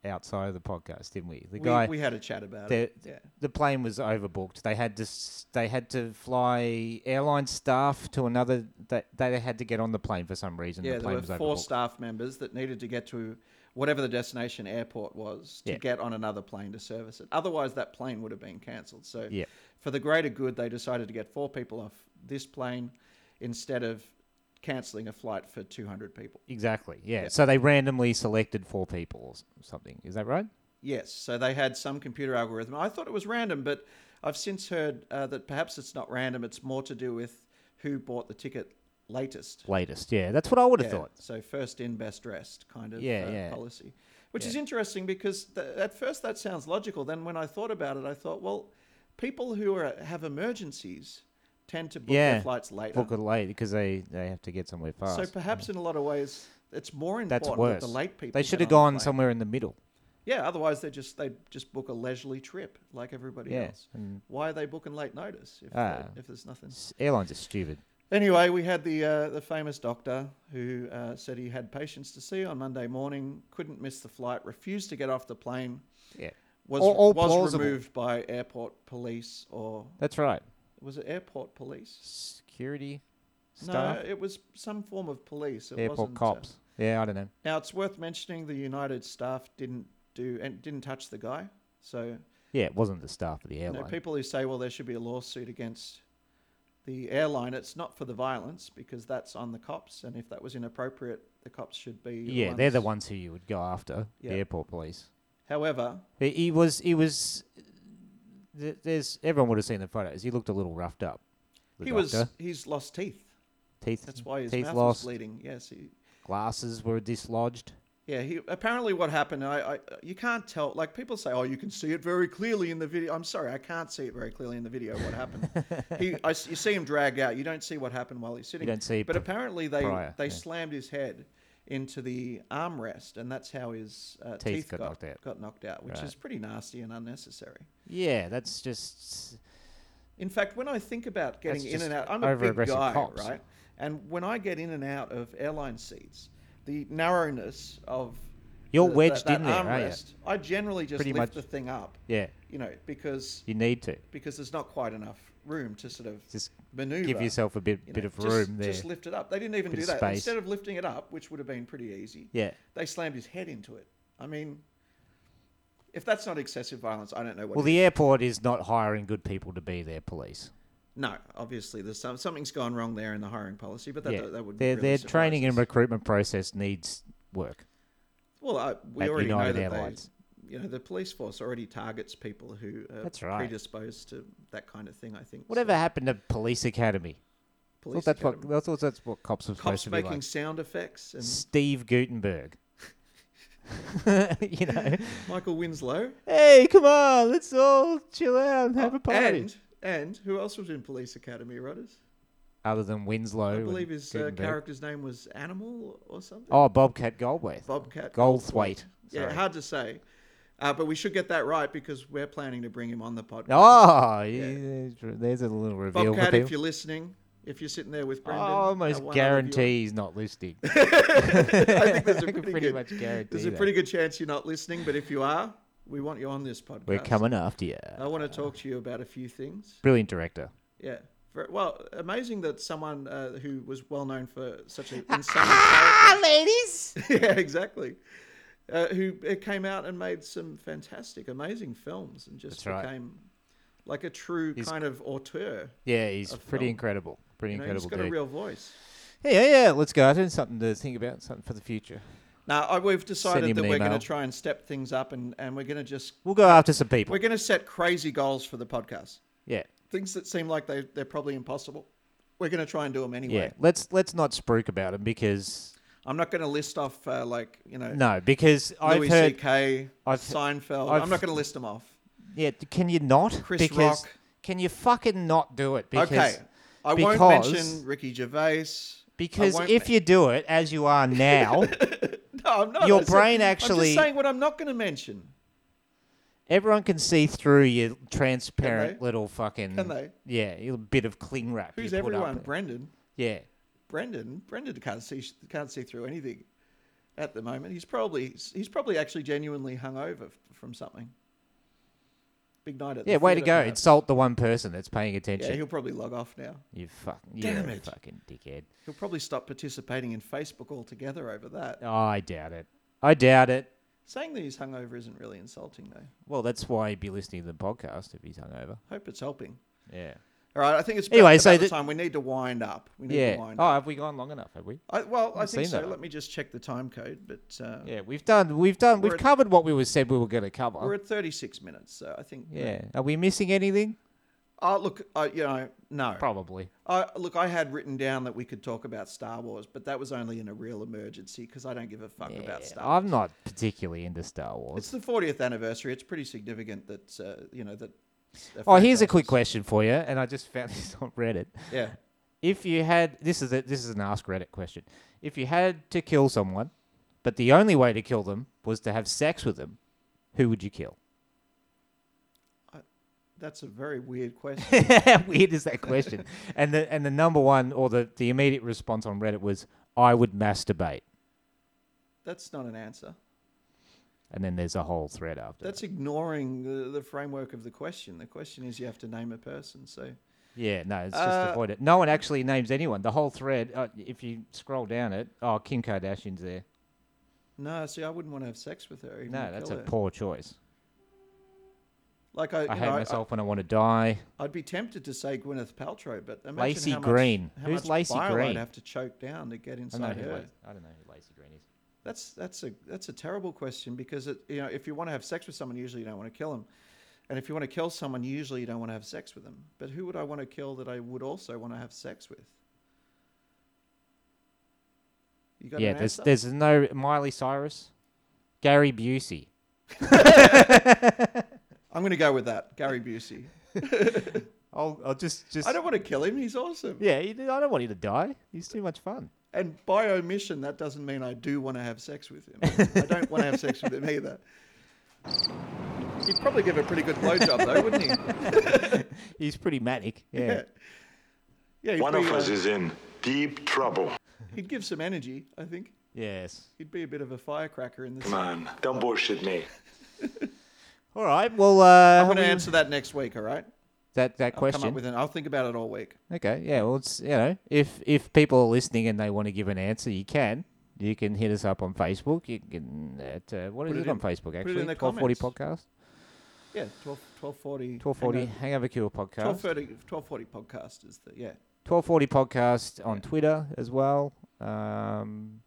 Speaker 2: outside of the podcast didn't we the
Speaker 1: We,
Speaker 2: guy
Speaker 1: we had a chat about
Speaker 2: the,
Speaker 1: it. Yeah.
Speaker 2: the plane was overbooked they had to s- they had to fly airline staff to another that they had to get on the plane for some reason
Speaker 1: Yeah,
Speaker 2: the
Speaker 1: there
Speaker 2: plane
Speaker 1: were
Speaker 2: was overbooked
Speaker 1: four staff members that needed to get to whatever the destination airport was to
Speaker 2: Yeah.
Speaker 1: get on another plane to service it. Otherwise, that plane would have been cancelled. So,
Speaker 2: Yeah.
Speaker 1: for the greater good, they decided to get four people off this plane instead of cancelling a flight for 200 people.
Speaker 2: exactly yeah. so they randomly selected four people or s- something is that right
Speaker 1: Yes, so they had some computer algorithm. I thought it was random, but I've since heard uh, that perhaps it's not random. It's more to do with who bought the ticket latest.
Speaker 2: latest yeah that's what I would have
Speaker 1: Yeah,
Speaker 2: thought
Speaker 1: So first in, best dressed kind of
Speaker 2: Yeah,
Speaker 1: uh,
Speaker 2: yeah.
Speaker 1: policy, which is interesting because th- at first that sounds logical. Then when I thought about it, I thought, well, people who are, have emergencies tend to book
Speaker 2: yeah
Speaker 1: their flights later.
Speaker 2: book it late because they they have to get somewhere fast
Speaker 1: so perhaps in a lot of ways, it's more important
Speaker 2: that's worse
Speaker 1: that the late people.
Speaker 2: they
Speaker 1: get
Speaker 2: should
Speaker 1: on
Speaker 2: have
Speaker 1: the
Speaker 2: gone
Speaker 1: plane.
Speaker 2: somewhere in the middle
Speaker 1: Yeah, otherwise they just they just book a leisurely trip like everybody
Speaker 2: Yeah,
Speaker 1: else. Why are they booking late notice if, they-
Speaker 2: Ah.
Speaker 1: if there's nothing?
Speaker 2: S- airlines are stupid
Speaker 1: Anyway, we had the uh, the famous doctor who uh, said he had patients to see on Monday morning, couldn't miss the flight, refused to get off the plane,
Speaker 2: Yeah.
Speaker 1: was
Speaker 2: All- all
Speaker 1: was
Speaker 2: plausible.
Speaker 1: removed by airport police or
Speaker 2: That's right.
Speaker 1: was it airport police?
Speaker 2: Security staff,
Speaker 1: No, it was some form of police. It
Speaker 2: airport
Speaker 1: wasn't, uh,
Speaker 2: cops. yeah, I don't know.
Speaker 1: now it's worth mentioning the United staff didn't do and didn't touch the guy. So
Speaker 2: Yeah, it wasn't the staff of the
Speaker 1: you know,
Speaker 2: airline.
Speaker 1: people who say, well, there should be a lawsuit against the airline, it's not for the violence because that's on the cops, and if that was inappropriate, the cops should be.
Speaker 2: yeah, they're the
Speaker 1: ones-
Speaker 2: ones who you would go after.
Speaker 1: Yeah.
Speaker 2: The airport police.
Speaker 1: However,
Speaker 2: He, he was. He was. th- There's everyone would have seen the photos. He looked a little roughed up. The
Speaker 1: he was
Speaker 2: doctor.
Speaker 1: he's lost teeth.
Speaker 2: teeth.
Speaker 1: That's why his
Speaker 2: teeth
Speaker 1: mouth was
Speaker 2: lost.
Speaker 1: bleeding. Yes, he,
Speaker 2: Glasses were dislodged.
Speaker 1: yeah. He apparently what happened. I, I you can't tell. Like people say, oh, you can see it very clearly in the video. I'm sorry, I can't see it very clearly in the video. What
Speaker 2: (laughs)
Speaker 1: happened? he, I s you see him drag out. You don't see what happened while he's sitting.
Speaker 2: don't see
Speaker 1: But
Speaker 2: pr-
Speaker 1: apparently they
Speaker 2: prior,
Speaker 1: they
Speaker 2: yeah.
Speaker 1: slammed his head into the armrest, and that's how his uh, teeth,
Speaker 2: got knocked out.
Speaker 1: Got knocked out, which
Speaker 2: Right.
Speaker 1: is pretty nasty and unnecessary.
Speaker 2: Yeah, that's just.
Speaker 1: In fact, when I think about getting in
Speaker 2: just
Speaker 1: and out, I'm a big
Speaker 2: over-aggressive
Speaker 1: guy,
Speaker 2: cops.
Speaker 1: right? And when I get in and out of airline seats, the narrowness of
Speaker 2: You're
Speaker 1: the-
Speaker 2: wedged
Speaker 1: that,
Speaker 2: in
Speaker 1: that
Speaker 2: there, aren't you?
Speaker 1: armrest, I generally just
Speaker 2: Pretty
Speaker 1: lift
Speaker 2: much-
Speaker 1: the thing up,
Speaker 2: Yeah,
Speaker 1: you know, because
Speaker 2: you need to
Speaker 1: because there's not quite enough room to sort of
Speaker 2: Just
Speaker 1: maneuver.
Speaker 2: give yourself a bit
Speaker 1: you know,
Speaker 2: bit of
Speaker 1: just-
Speaker 2: room there.
Speaker 1: Just lift it up. They didn't even
Speaker 2: Bit
Speaker 1: do
Speaker 2: of
Speaker 1: that.
Speaker 2: space.
Speaker 1: Instead of lifting it up, which would have been pretty easy,
Speaker 2: yeah.
Speaker 1: they slammed his head into it. I mean, if that's not excessive violence, I don't know what.
Speaker 2: Well,
Speaker 1: is.
Speaker 2: the airport is not hiring good people to be their police.
Speaker 1: No, obviously, there's some, something's gone wrong there in the hiring policy, but that,
Speaker 2: yeah,
Speaker 1: that, would
Speaker 2: their
Speaker 1: really
Speaker 2: their
Speaker 1: surprise
Speaker 2: training
Speaker 1: us.
Speaker 2: and recruitment process needs work.
Speaker 1: well, I, we
Speaker 2: at
Speaker 1: already know
Speaker 2: United
Speaker 1: that
Speaker 2: Airlines.
Speaker 1: they, you know, the police force already targets people who are
Speaker 2: That's right.
Speaker 1: predisposed to that kind of thing. I think
Speaker 2: Whatever happened to police academy?
Speaker 1: So,
Speaker 2: I
Speaker 1: police
Speaker 2: thought that's
Speaker 1: academy.
Speaker 2: what I thought that's what cops were supposed
Speaker 1: cops
Speaker 2: to be
Speaker 1: making
Speaker 2: like.
Speaker 1: sound effects
Speaker 2: (laughs)
Speaker 1: and
Speaker 2: Steve Gutenberg. (laughs) you know,
Speaker 1: Michael Winslow
Speaker 2: (laughs) hey, come on, let's all chill out and have a party.
Speaker 1: Oh, and and who else was in Police Academy, Rodders?
Speaker 2: Other than Winslow,
Speaker 1: I
Speaker 2: and
Speaker 1: believe his uh,
Speaker 2: Gutenberg.
Speaker 1: character's name was Animal or something.
Speaker 2: Oh, Bobcat Goldthwait.
Speaker 1: Bobcat
Speaker 2: Goldthwait.
Speaker 1: Yeah,
Speaker 2: sorry.
Speaker 1: hard to say. Uh, but we should get that right because we're planning to bring him on the podcast.
Speaker 2: Oh, yeah, there's a little reveal. for
Speaker 1: Bobcat,
Speaker 2: people.
Speaker 1: if you're listening, if you're sitting there with
Speaker 2: I
Speaker 1: Brendan,
Speaker 2: Oh, almost
Speaker 1: our one other viewer,
Speaker 2: guarantee he's not listening.
Speaker 1: (laughs) I think there's a
Speaker 2: (laughs) I can
Speaker 1: pretty,
Speaker 2: pretty
Speaker 1: good,
Speaker 2: much guarantee
Speaker 1: There's a
Speaker 2: that.
Speaker 1: pretty good chance you're not listening, but if you are, We want you on this podcast.
Speaker 2: We're coming after you.
Speaker 1: I want to talk to you about a few things.
Speaker 2: Brilliant director.
Speaker 1: Yeah. Ver- well, amazing that someone uh, who was well known for such an insane. Ah, ladies! (laughs) yeah, exactly. Uh, who uh, came out and made some fantastic, amazing films and just
Speaker 2: That's right.
Speaker 1: became like a true
Speaker 2: He's-
Speaker 1: kind of auteur.
Speaker 2: Yeah, he's
Speaker 1: Of
Speaker 2: pretty
Speaker 1: film.
Speaker 2: incredible. Pretty
Speaker 1: You know, he's
Speaker 2: incredible
Speaker 1: got a
Speaker 2: dude.
Speaker 1: real voice.
Speaker 2: yeah, yeah, yeah. Let's go. I did something to think about. Something for the future.
Speaker 1: Now, I, we've
Speaker 2: him
Speaker 1: decided that
Speaker 2: an
Speaker 1: we're going
Speaker 2: email.
Speaker 1: to try and step things up and, and we're going to just.
Speaker 2: We'll go after some people.
Speaker 1: We're going to set crazy goals for the podcast.
Speaker 2: yeah,
Speaker 1: Things that seem like they, they're probably impossible. We're going to try and do them
Speaker 2: yeah.
Speaker 1: anyway.
Speaker 2: Let's let's not spruik about him because
Speaker 1: I'm not going to list off, uh, like, you know,
Speaker 2: no, because
Speaker 1: Louis
Speaker 2: I've heard.
Speaker 1: C.K.,
Speaker 2: I've-
Speaker 1: Seinfeld.
Speaker 2: I've-
Speaker 1: I'm not going to list them off.
Speaker 2: Yeah, d- can you not?
Speaker 1: Chris
Speaker 2: because
Speaker 1: Rock.
Speaker 2: can you fucking not do it? Because
Speaker 1: okay. I won't
Speaker 2: because-
Speaker 1: mention Ricky Gervais.
Speaker 2: Because if you do it as
Speaker 1: (laughs)
Speaker 2: you are now,
Speaker 1: No, I'm not.
Speaker 2: your
Speaker 1: I said-
Speaker 2: brain
Speaker 1: I'm
Speaker 2: actually-
Speaker 1: just saying what I'm not going to mention.
Speaker 2: everyone can see through your transparent
Speaker 1: Can they?
Speaker 2: little fucking.
Speaker 1: Can they?
Speaker 2: Yeah, your bit of cling wrap.
Speaker 1: Who's
Speaker 2: you put up.
Speaker 1: everyone? Brendan.
Speaker 2: Yeah.
Speaker 1: Brendan. Brendan can't see can't see through anything at the moment. He's probably he's probably actually genuinely hungover f- from something. Big night at the
Speaker 2: Yeah, way to
Speaker 1: theatre,
Speaker 2: go.
Speaker 1: perhaps.
Speaker 2: Insult the one person that's paying
Speaker 1: Yeah,
Speaker 2: attention.
Speaker 1: he'll probably log off now.
Speaker 2: you fucking, you
Speaker 1: Damn
Speaker 2: a
Speaker 1: it.
Speaker 2: fucking dickhead.
Speaker 1: He'll probably stop participating in Facebook altogether over that.
Speaker 2: Oh, I doubt it. I doubt it.
Speaker 1: Saying that he's hungover isn't really insulting though.
Speaker 2: Well, that's why he'd be listening to the podcast if he's hungover.
Speaker 1: Hope it's helping.
Speaker 2: Yeah.
Speaker 1: All right, I think it's about,
Speaker 2: Anyway,
Speaker 1: about
Speaker 2: so
Speaker 1: the,
Speaker 2: the-
Speaker 1: time we need to wind up. We need
Speaker 2: Yeah.
Speaker 1: to wind
Speaker 2: Oh,
Speaker 1: up.
Speaker 2: have we gone long enough? Have we?
Speaker 1: I, well, I
Speaker 2: haven't
Speaker 1: think
Speaker 2: seen
Speaker 1: so.
Speaker 2: that.
Speaker 1: Let me just check the time code, but uh,
Speaker 2: Yeah, we've done. We've done.
Speaker 1: We're
Speaker 2: We've
Speaker 1: at-
Speaker 2: covered what we were said we were going to cover.
Speaker 1: we're at 36 minutes, so I think.
Speaker 2: yeah. Are we missing anything?
Speaker 1: Oh, look, I, you know, no.
Speaker 2: Probably.
Speaker 1: I, look, I had written down that we could talk about Star Wars, but that was only in a real emergency because I don't give a fuck about
Speaker 2: Yeah,
Speaker 1: Star Wars.
Speaker 2: I'm not particularly into Star Wars.
Speaker 1: It's the 40th anniversary. It's pretty significant that, uh, you know, that.
Speaker 2: oh, here's a quick
Speaker 1: franchises-
Speaker 2: question for you, and I just (laughs) found this on Reddit.
Speaker 1: Yeah.
Speaker 2: If you had this is a, this is an Ask Reddit question. If you had to kill someone, but the only way to kill them was to have sex with them, who would you kill? (laughs)
Speaker 1: That's a very weird question.
Speaker 2: (laughs) How weird is
Speaker 1: (laughs)
Speaker 2: that question? and the and the number one or the the immediate response on Reddit was I would masturbate,
Speaker 1: That's not an answer.
Speaker 2: and then there's a whole thread after.
Speaker 1: That's
Speaker 2: that.
Speaker 1: ignoring the, the framework of the question. The question is you have to name a person. So,
Speaker 2: yeah, no, it's just
Speaker 1: Uh,
Speaker 2: avoid it. No one actually names anyone. The whole thread, uh, if you scroll down it, oh Kim Kardashian's there.
Speaker 1: no, see, I wouldn't want to have sex with her. even
Speaker 2: No,
Speaker 1: to
Speaker 2: that's a
Speaker 1: kill her.
Speaker 2: poor choice.
Speaker 1: Like, I, you
Speaker 2: I
Speaker 1: know,
Speaker 2: hate
Speaker 1: I-
Speaker 2: myself when I want to die.
Speaker 1: I'd be tempted to say Gwyneth Paltrow, but imagine
Speaker 2: Lacey
Speaker 1: how much,
Speaker 2: Green.
Speaker 1: How
Speaker 2: Who's
Speaker 1: much
Speaker 2: Lacey
Speaker 1: bile
Speaker 2: Green?
Speaker 1: I'd have to choke down to get
Speaker 2: I, don't know
Speaker 1: inside
Speaker 2: who
Speaker 1: her.
Speaker 2: Lac- I don't know who Lacey Green is.
Speaker 1: That's that's a that's a terrible question because it, you know if you want to have sex with someone, usually you don't want to kill them, and if you want to kill someone, usually you don't want to have sex with them. But who would I want to kill that I would also want to have sex with? You got
Speaker 2: Yeah,
Speaker 1: an
Speaker 2: there's
Speaker 1: answer?
Speaker 2: there's no Miley Cyrus, Gary Busey.
Speaker 1: I'm going to go with that, Gary Busey.
Speaker 2: I'll, I'll just just.
Speaker 1: I don't want to kill him. He's awesome.
Speaker 2: yeah, he- I don't want you to die. He's too much fun.
Speaker 1: And by omission, that doesn't mean I do want to have sex with him. I don't want to have sex with him either. He'd probably give a pretty good blowjob though, wouldn't he?
Speaker 2: He's pretty manic. Yeah.
Speaker 1: Yeah. Yeah, he'd,
Speaker 3: One
Speaker 1: be,
Speaker 3: of us
Speaker 1: uh,
Speaker 3: is in deep trouble.
Speaker 1: he'd give some energy, I think.
Speaker 2: Yes.
Speaker 1: He'd be a bit of a firecracker in this.
Speaker 3: Come on, don't bullshit me.
Speaker 2: All right. Well, uh,
Speaker 1: I'm going to
Speaker 2: we-
Speaker 1: answer that next week, all right?
Speaker 2: that that
Speaker 1: I'll come
Speaker 2: question.
Speaker 1: up with an. I'll think about it all week.
Speaker 2: okay. Yeah. Well, it's you know, if if people are listening and they want to give an answer, you can. You can hit us up on Facebook. You can at uh, what is
Speaker 1: Put
Speaker 2: it,
Speaker 1: it
Speaker 2: on
Speaker 1: in-
Speaker 2: Facebook
Speaker 1: it
Speaker 2: actually?
Speaker 1: in the
Speaker 2: Twelve forty
Speaker 1: comments. uh,
Speaker 2: podcast.
Speaker 1: Yeah, 12, 1240.
Speaker 2: Twelve forty hangover cure podcast.
Speaker 1: 1230, 1240 podcast is the, yeah.
Speaker 2: 1240 podcast on Twitter as well. Um,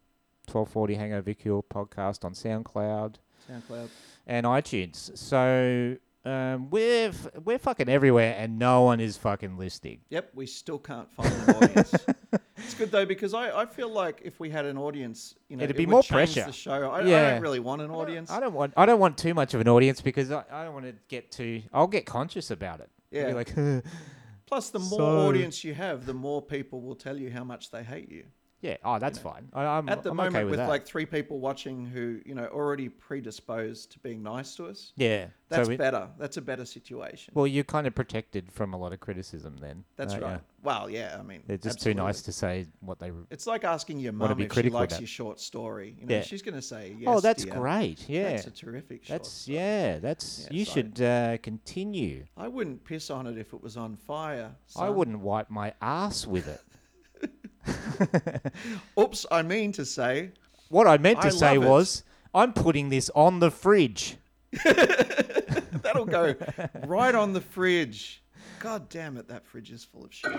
Speaker 2: 1240 Hangover Cure podcast on SoundCloud
Speaker 1: SoundCloud.
Speaker 2: and iTunes. So um, we're f- we're fucking everywhere, and no one is fucking listening.
Speaker 1: Yep, we still can't find
Speaker 2: (laughs)
Speaker 1: an audience. it's good though because I, I feel like if we had an audience, you know,
Speaker 2: It'd
Speaker 1: it
Speaker 2: be
Speaker 1: would
Speaker 2: more
Speaker 1: change
Speaker 2: pressure.
Speaker 1: The show. I, I
Speaker 2: Yeah.
Speaker 1: don't really want an audience.
Speaker 2: I don't want I don't want too much of an audience because I, I don't want to get too. I'll get conscious about it. I'll
Speaker 1: Yeah.
Speaker 2: Be like, (laughs)
Speaker 1: Plus, the more
Speaker 2: So-
Speaker 1: audience you have, the more people will tell you how much they hate you.
Speaker 2: Yeah. Oh, that's fine. I, I'm,
Speaker 1: At the
Speaker 2: I'm
Speaker 1: moment,
Speaker 2: okay with,
Speaker 1: with,
Speaker 2: that.
Speaker 1: like three people watching who you know already predisposed to being nice to us,
Speaker 2: yeah.
Speaker 1: that's
Speaker 2: so it-
Speaker 1: better. That's a better situation.
Speaker 2: well, you're kind of protected from a lot of criticism then.
Speaker 1: that's
Speaker 2: aren't
Speaker 1: right.
Speaker 2: you?
Speaker 1: Well, yeah. I mean,
Speaker 2: They're just too
Speaker 1: absolutely.
Speaker 2: nice to say what they.
Speaker 1: It's like asking your
Speaker 2: Wanna
Speaker 1: mum
Speaker 2: be
Speaker 1: if she
Speaker 2: critical
Speaker 1: likes
Speaker 2: about-
Speaker 1: your short story. You know,
Speaker 2: Yeah.
Speaker 1: she's going to say yes.
Speaker 2: oh, that's
Speaker 1: dear."
Speaker 2: great. Yeah.
Speaker 1: That's a terrific short.
Speaker 2: That's
Speaker 1: story.
Speaker 2: yeah. That's
Speaker 1: Yeah,
Speaker 2: you
Speaker 1: so-
Speaker 2: should uh, continue.
Speaker 1: I wouldn't piss on it if it was on fire.
Speaker 2: I
Speaker 1: son.
Speaker 2: wouldn't wipe my ass with it.
Speaker 1: Oops, I mean to say.
Speaker 2: What I meant
Speaker 1: (laughs)
Speaker 2: to
Speaker 1: I
Speaker 2: say
Speaker 1: love it.
Speaker 2: was, I'm putting this on the fridge.
Speaker 1: That'll
Speaker 2: (laughs)
Speaker 1: go right on the fridge. God damn it, that fridge is full of shit.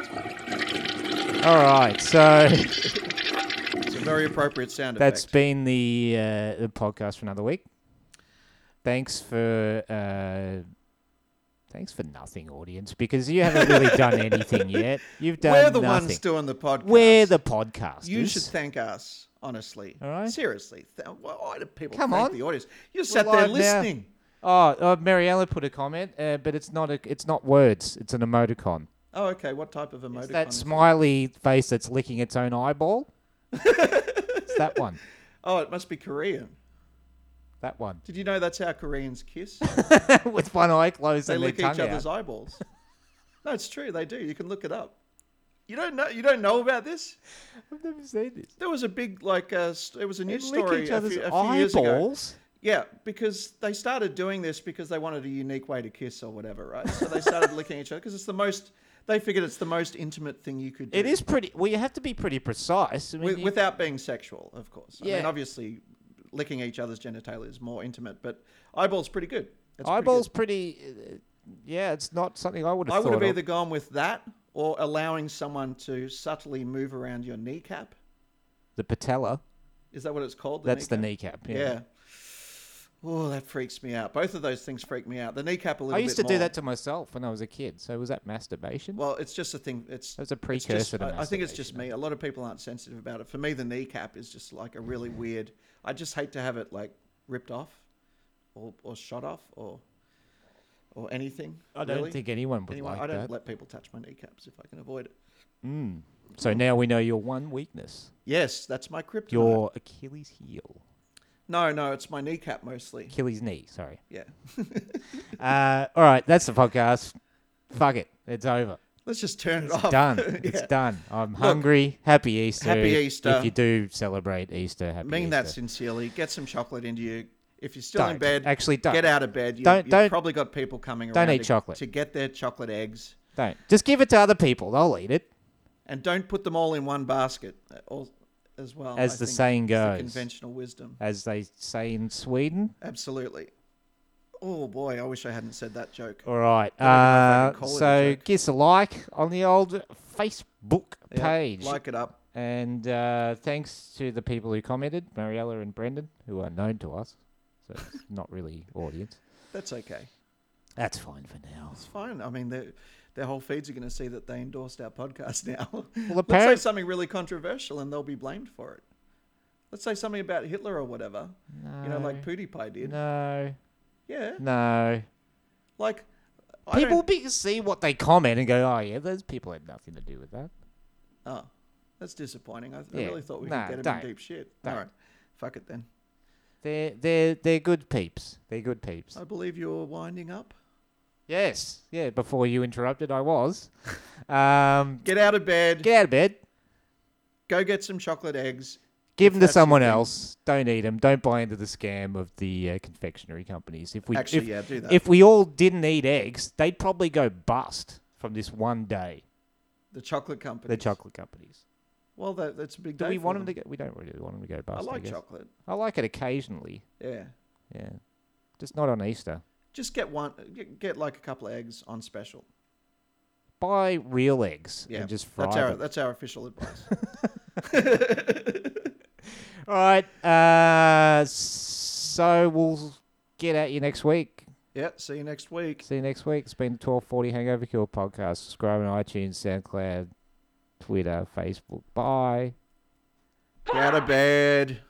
Speaker 2: All right. So
Speaker 1: It's a very appropriate sound
Speaker 2: that's
Speaker 1: effect.
Speaker 2: been the uh, the podcast for another week. Thanks for uh, thanks for nothing, audience, because you
Speaker 1: (laughs)
Speaker 2: haven't really done anything yet. You've done
Speaker 1: We're the
Speaker 2: nothing.
Speaker 1: ones doing the podcast.
Speaker 2: We're the podcasters.
Speaker 1: You should thank us, honestly.
Speaker 2: All right.
Speaker 1: Seriously. Th- why do people
Speaker 2: Come
Speaker 1: thank
Speaker 2: on.
Speaker 1: the audience? You sat there
Speaker 2: live now.
Speaker 1: listening.
Speaker 2: Oh, uh, Mariella put a comment, uh, but it's not a, it's not words. It's an emoticon.
Speaker 1: Oh, okay. What type of emoticon?
Speaker 2: It's that
Speaker 1: is it?
Speaker 2: smiley face that's licking its
Speaker 1: (laughs)
Speaker 2: own eyeball. it's that one.
Speaker 1: Oh, it must be Korean.
Speaker 2: That one.
Speaker 1: (laughs)
Speaker 2: (laughs)
Speaker 1: Did you know that's how Koreans kiss?
Speaker 2: With one eye closed
Speaker 1: They
Speaker 2: and
Speaker 1: lick
Speaker 2: their tongue
Speaker 1: each other's
Speaker 2: out.
Speaker 1: eyeballs. (laughs) no, it's true. They do. You can look it up. You don't know. You don't know about this.
Speaker 2: I've never seen this.
Speaker 1: There was a big like. Uh, st- it was a
Speaker 2: They
Speaker 1: news
Speaker 2: lick
Speaker 1: story
Speaker 2: each
Speaker 1: a few,
Speaker 2: other's
Speaker 1: a few years ago.
Speaker 2: eyeballs.
Speaker 1: Yeah, because they started doing this because they wanted a unique way to kiss or whatever, right? So they started (laughs) licking each other because it's the most. They figured it's the most intimate thing you could do.
Speaker 2: It is pretty. Well, you have to be pretty precise. I mean,
Speaker 1: Wi-
Speaker 2: you-
Speaker 1: without being sexual, of course. I mean,
Speaker 2: Yeah.
Speaker 1: obviously, licking each other's genitalia is more intimate, but eyeballs pretty good. That's pretty
Speaker 2: eyeballs,
Speaker 1: good.
Speaker 2: pretty. uh, yeah, it's not something I would have.
Speaker 1: I would
Speaker 2: thought
Speaker 1: have
Speaker 2: of.
Speaker 1: either gone with that or allowing someone to subtly move around your kneecap.
Speaker 2: the patella.
Speaker 1: Is that what it's called?
Speaker 2: That's the kneecap. Yeah.
Speaker 1: Yeah. Oh, that freaks me out. Both of those things freak me out. The kneecap a little
Speaker 2: I used to
Speaker 1: bit
Speaker 2: do
Speaker 1: more.
Speaker 2: that to myself when I was a kid. So was that masturbation?
Speaker 1: Well, it's just a thing. It's
Speaker 2: That's a
Speaker 1: it's just-
Speaker 2: precursor to
Speaker 1: I, I think it's just me.
Speaker 2: masturbation,
Speaker 1: A lot of people aren't sensitive about it. For me, the kneecap is just like a really weird. I just hate to have it like ripped off, or or shot off, or or anything.
Speaker 2: I don't
Speaker 1: really.
Speaker 2: think anyone would
Speaker 1: Anyone,
Speaker 2: like
Speaker 1: I don't
Speaker 2: that.
Speaker 1: let people touch my kneecaps if I can avoid it.
Speaker 2: so now we know your one weakness,
Speaker 1: Yes, that's my kryptonite.
Speaker 2: your Achilles heel,
Speaker 1: No, no, it's my kneecap mostly.
Speaker 2: Achilles knee. Sorry.
Speaker 1: Yeah. (laughs)
Speaker 2: Uh, all right, that's the podcast. Fuck it, it's over.
Speaker 1: Let's just turn it (laughs) off.
Speaker 2: Done.
Speaker 1: Oh, Yeah.
Speaker 2: It's done. I'm hungry. Happy Easter.
Speaker 1: Happy Easter.
Speaker 2: If you do celebrate Easter, happy
Speaker 1: Mean
Speaker 2: Easter.
Speaker 1: that sincerely. Get some chocolate into you. If you're still in
Speaker 2: Don't.
Speaker 1: bed,
Speaker 2: Actually, don't.
Speaker 1: get out of bed. You,
Speaker 2: Don't-
Speaker 1: you've
Speaker 2: don't-
Speaker 1: probably got people coming around.
Speaker 2: Don't eat
Speaker 1: to,
Speaker 2: chocolate.
Speaker 1: to get their chocolate eggs,
Speaker 2: Don't. Just give it to other people. They'll eat it.
Speaker 1: and don't put them all in one basket. uh, All, as well I
Speaker 2: As the
Speaker 1: think
Speaker 2: saying
Speaker 1: is
Speaker 2: goes.
Speaker 1: the conventional wisdom.
Speaker 2: As they say in Sweden.
Speaker 1: Absolutely. Oh boy, I wish I hadn't said that joke.
Speaker 2: All right.
Speaker 1: I
Speaker 2: Uh,
Speaker 1: don't know if I can call it a
Speaker 2: so
Speaker 1: joke.
Speaker 2: give us a like on the old Facebook
Speaker 1: Yeah,
Speaker 2: page.
Speaker 1: like it up.
Speaker 2: And uh, thanks to the people who commented, Mariella and Brendan, who are known to us. So (laughs) it's not really audience.
Speaker 1: That's okay.
Speaker 2: That's fine for now.
Speaker 1: It's fine. I mean, their their whole feeds are going to see that they endorsed our podcast (laughs) now. Let's say
Speaker 2: apparent-
Speaker 1: something really controversial, and they'll be blamed for it. Let's say something about Hitler or whatever. You know, like PewDiePie did.
Speaker 2: No.
Speaker 1: Yeah,
Speaker 2: No.
Speaker 1: like I
Speaker 2: People
Speaker 1: don't-
Speaker 2: be, see what they comment and go, oh, yeah, those people had nothing to do with that.
Speaker 1: Oh, that's disappointing. I, I
Speaker 2: Yeah.
Speaker 1: really thought we could
Speaker 2: Nah,
Speaker 1: get him
Speaker 2: don't.
Speaker 1: in deep shit.
Speaker 2: Don't.
Speaker 1: All right, fuck it then.
Speaker 2: They're, they're, they're good peeps. They're good peeps.
Speaker 1: I believe you're winding up.
Speaker 2: Yes. Yeah, before you interrupted, I was. (laughs) Um,
Speaker 1: Get out of bed.
Speaker 2: get out of bed.
Speaker 1: go get some chocolate eggs.
Speaker 2: Give them to
Speaker 1: that's your
Speaker 2: someone
Speaker 1: thing.
Speaker 2: else. Don't eat them. Don't buy into the scam of the uh, confectionery companies. If we
Speaker 1: Actually,
Speaker 2: if,
Speaker 1: yeah, do that.
Speaker 2: if we all didn't eat eggs, they'd probably go bust from this one day.
Speaker 1: The chocolate company.
Speaker 2: The chocolate companies.
Speaker 1: Well, that, that's a big.
Speaker 2: Do
Speaker 1: day
Speaker 2: we
Speaker 1: for
Speaker 2: want them to go? We don't really want them to go
Speaker 1: I
Speaker 2: bust. I,
Speaker 1: like
Speaker 2: guess.
Speaker 1: chocolate.
Speaker 2: I like it occasionally.
Speaker 1: Yeah.
Speaker 2: Yeah, just not on Easter.
Speaker 1: Just get one. get- Get like a couple of eggs on special.
Speaker 2: Buy real eggs
Speaker 1: Yeah.
Speaker 2: and just fry
Speaker 1: that's our
Speaker 2: them.
Speaker 1: that's our official
Speaker 2: (laughs)
Speaker 1: advice. (laughs)
Speaker 2: All right. Uh, so we'll get at you next week.
Speaker 1: yeah. See you next week.
Speaker 2: See you next week. It's been the 1240 Hangover Cure podcast. Subscribe on iTunes, SoundCloud, Twitter, Facebook. Bye.
Speaker 1: Get out of bed.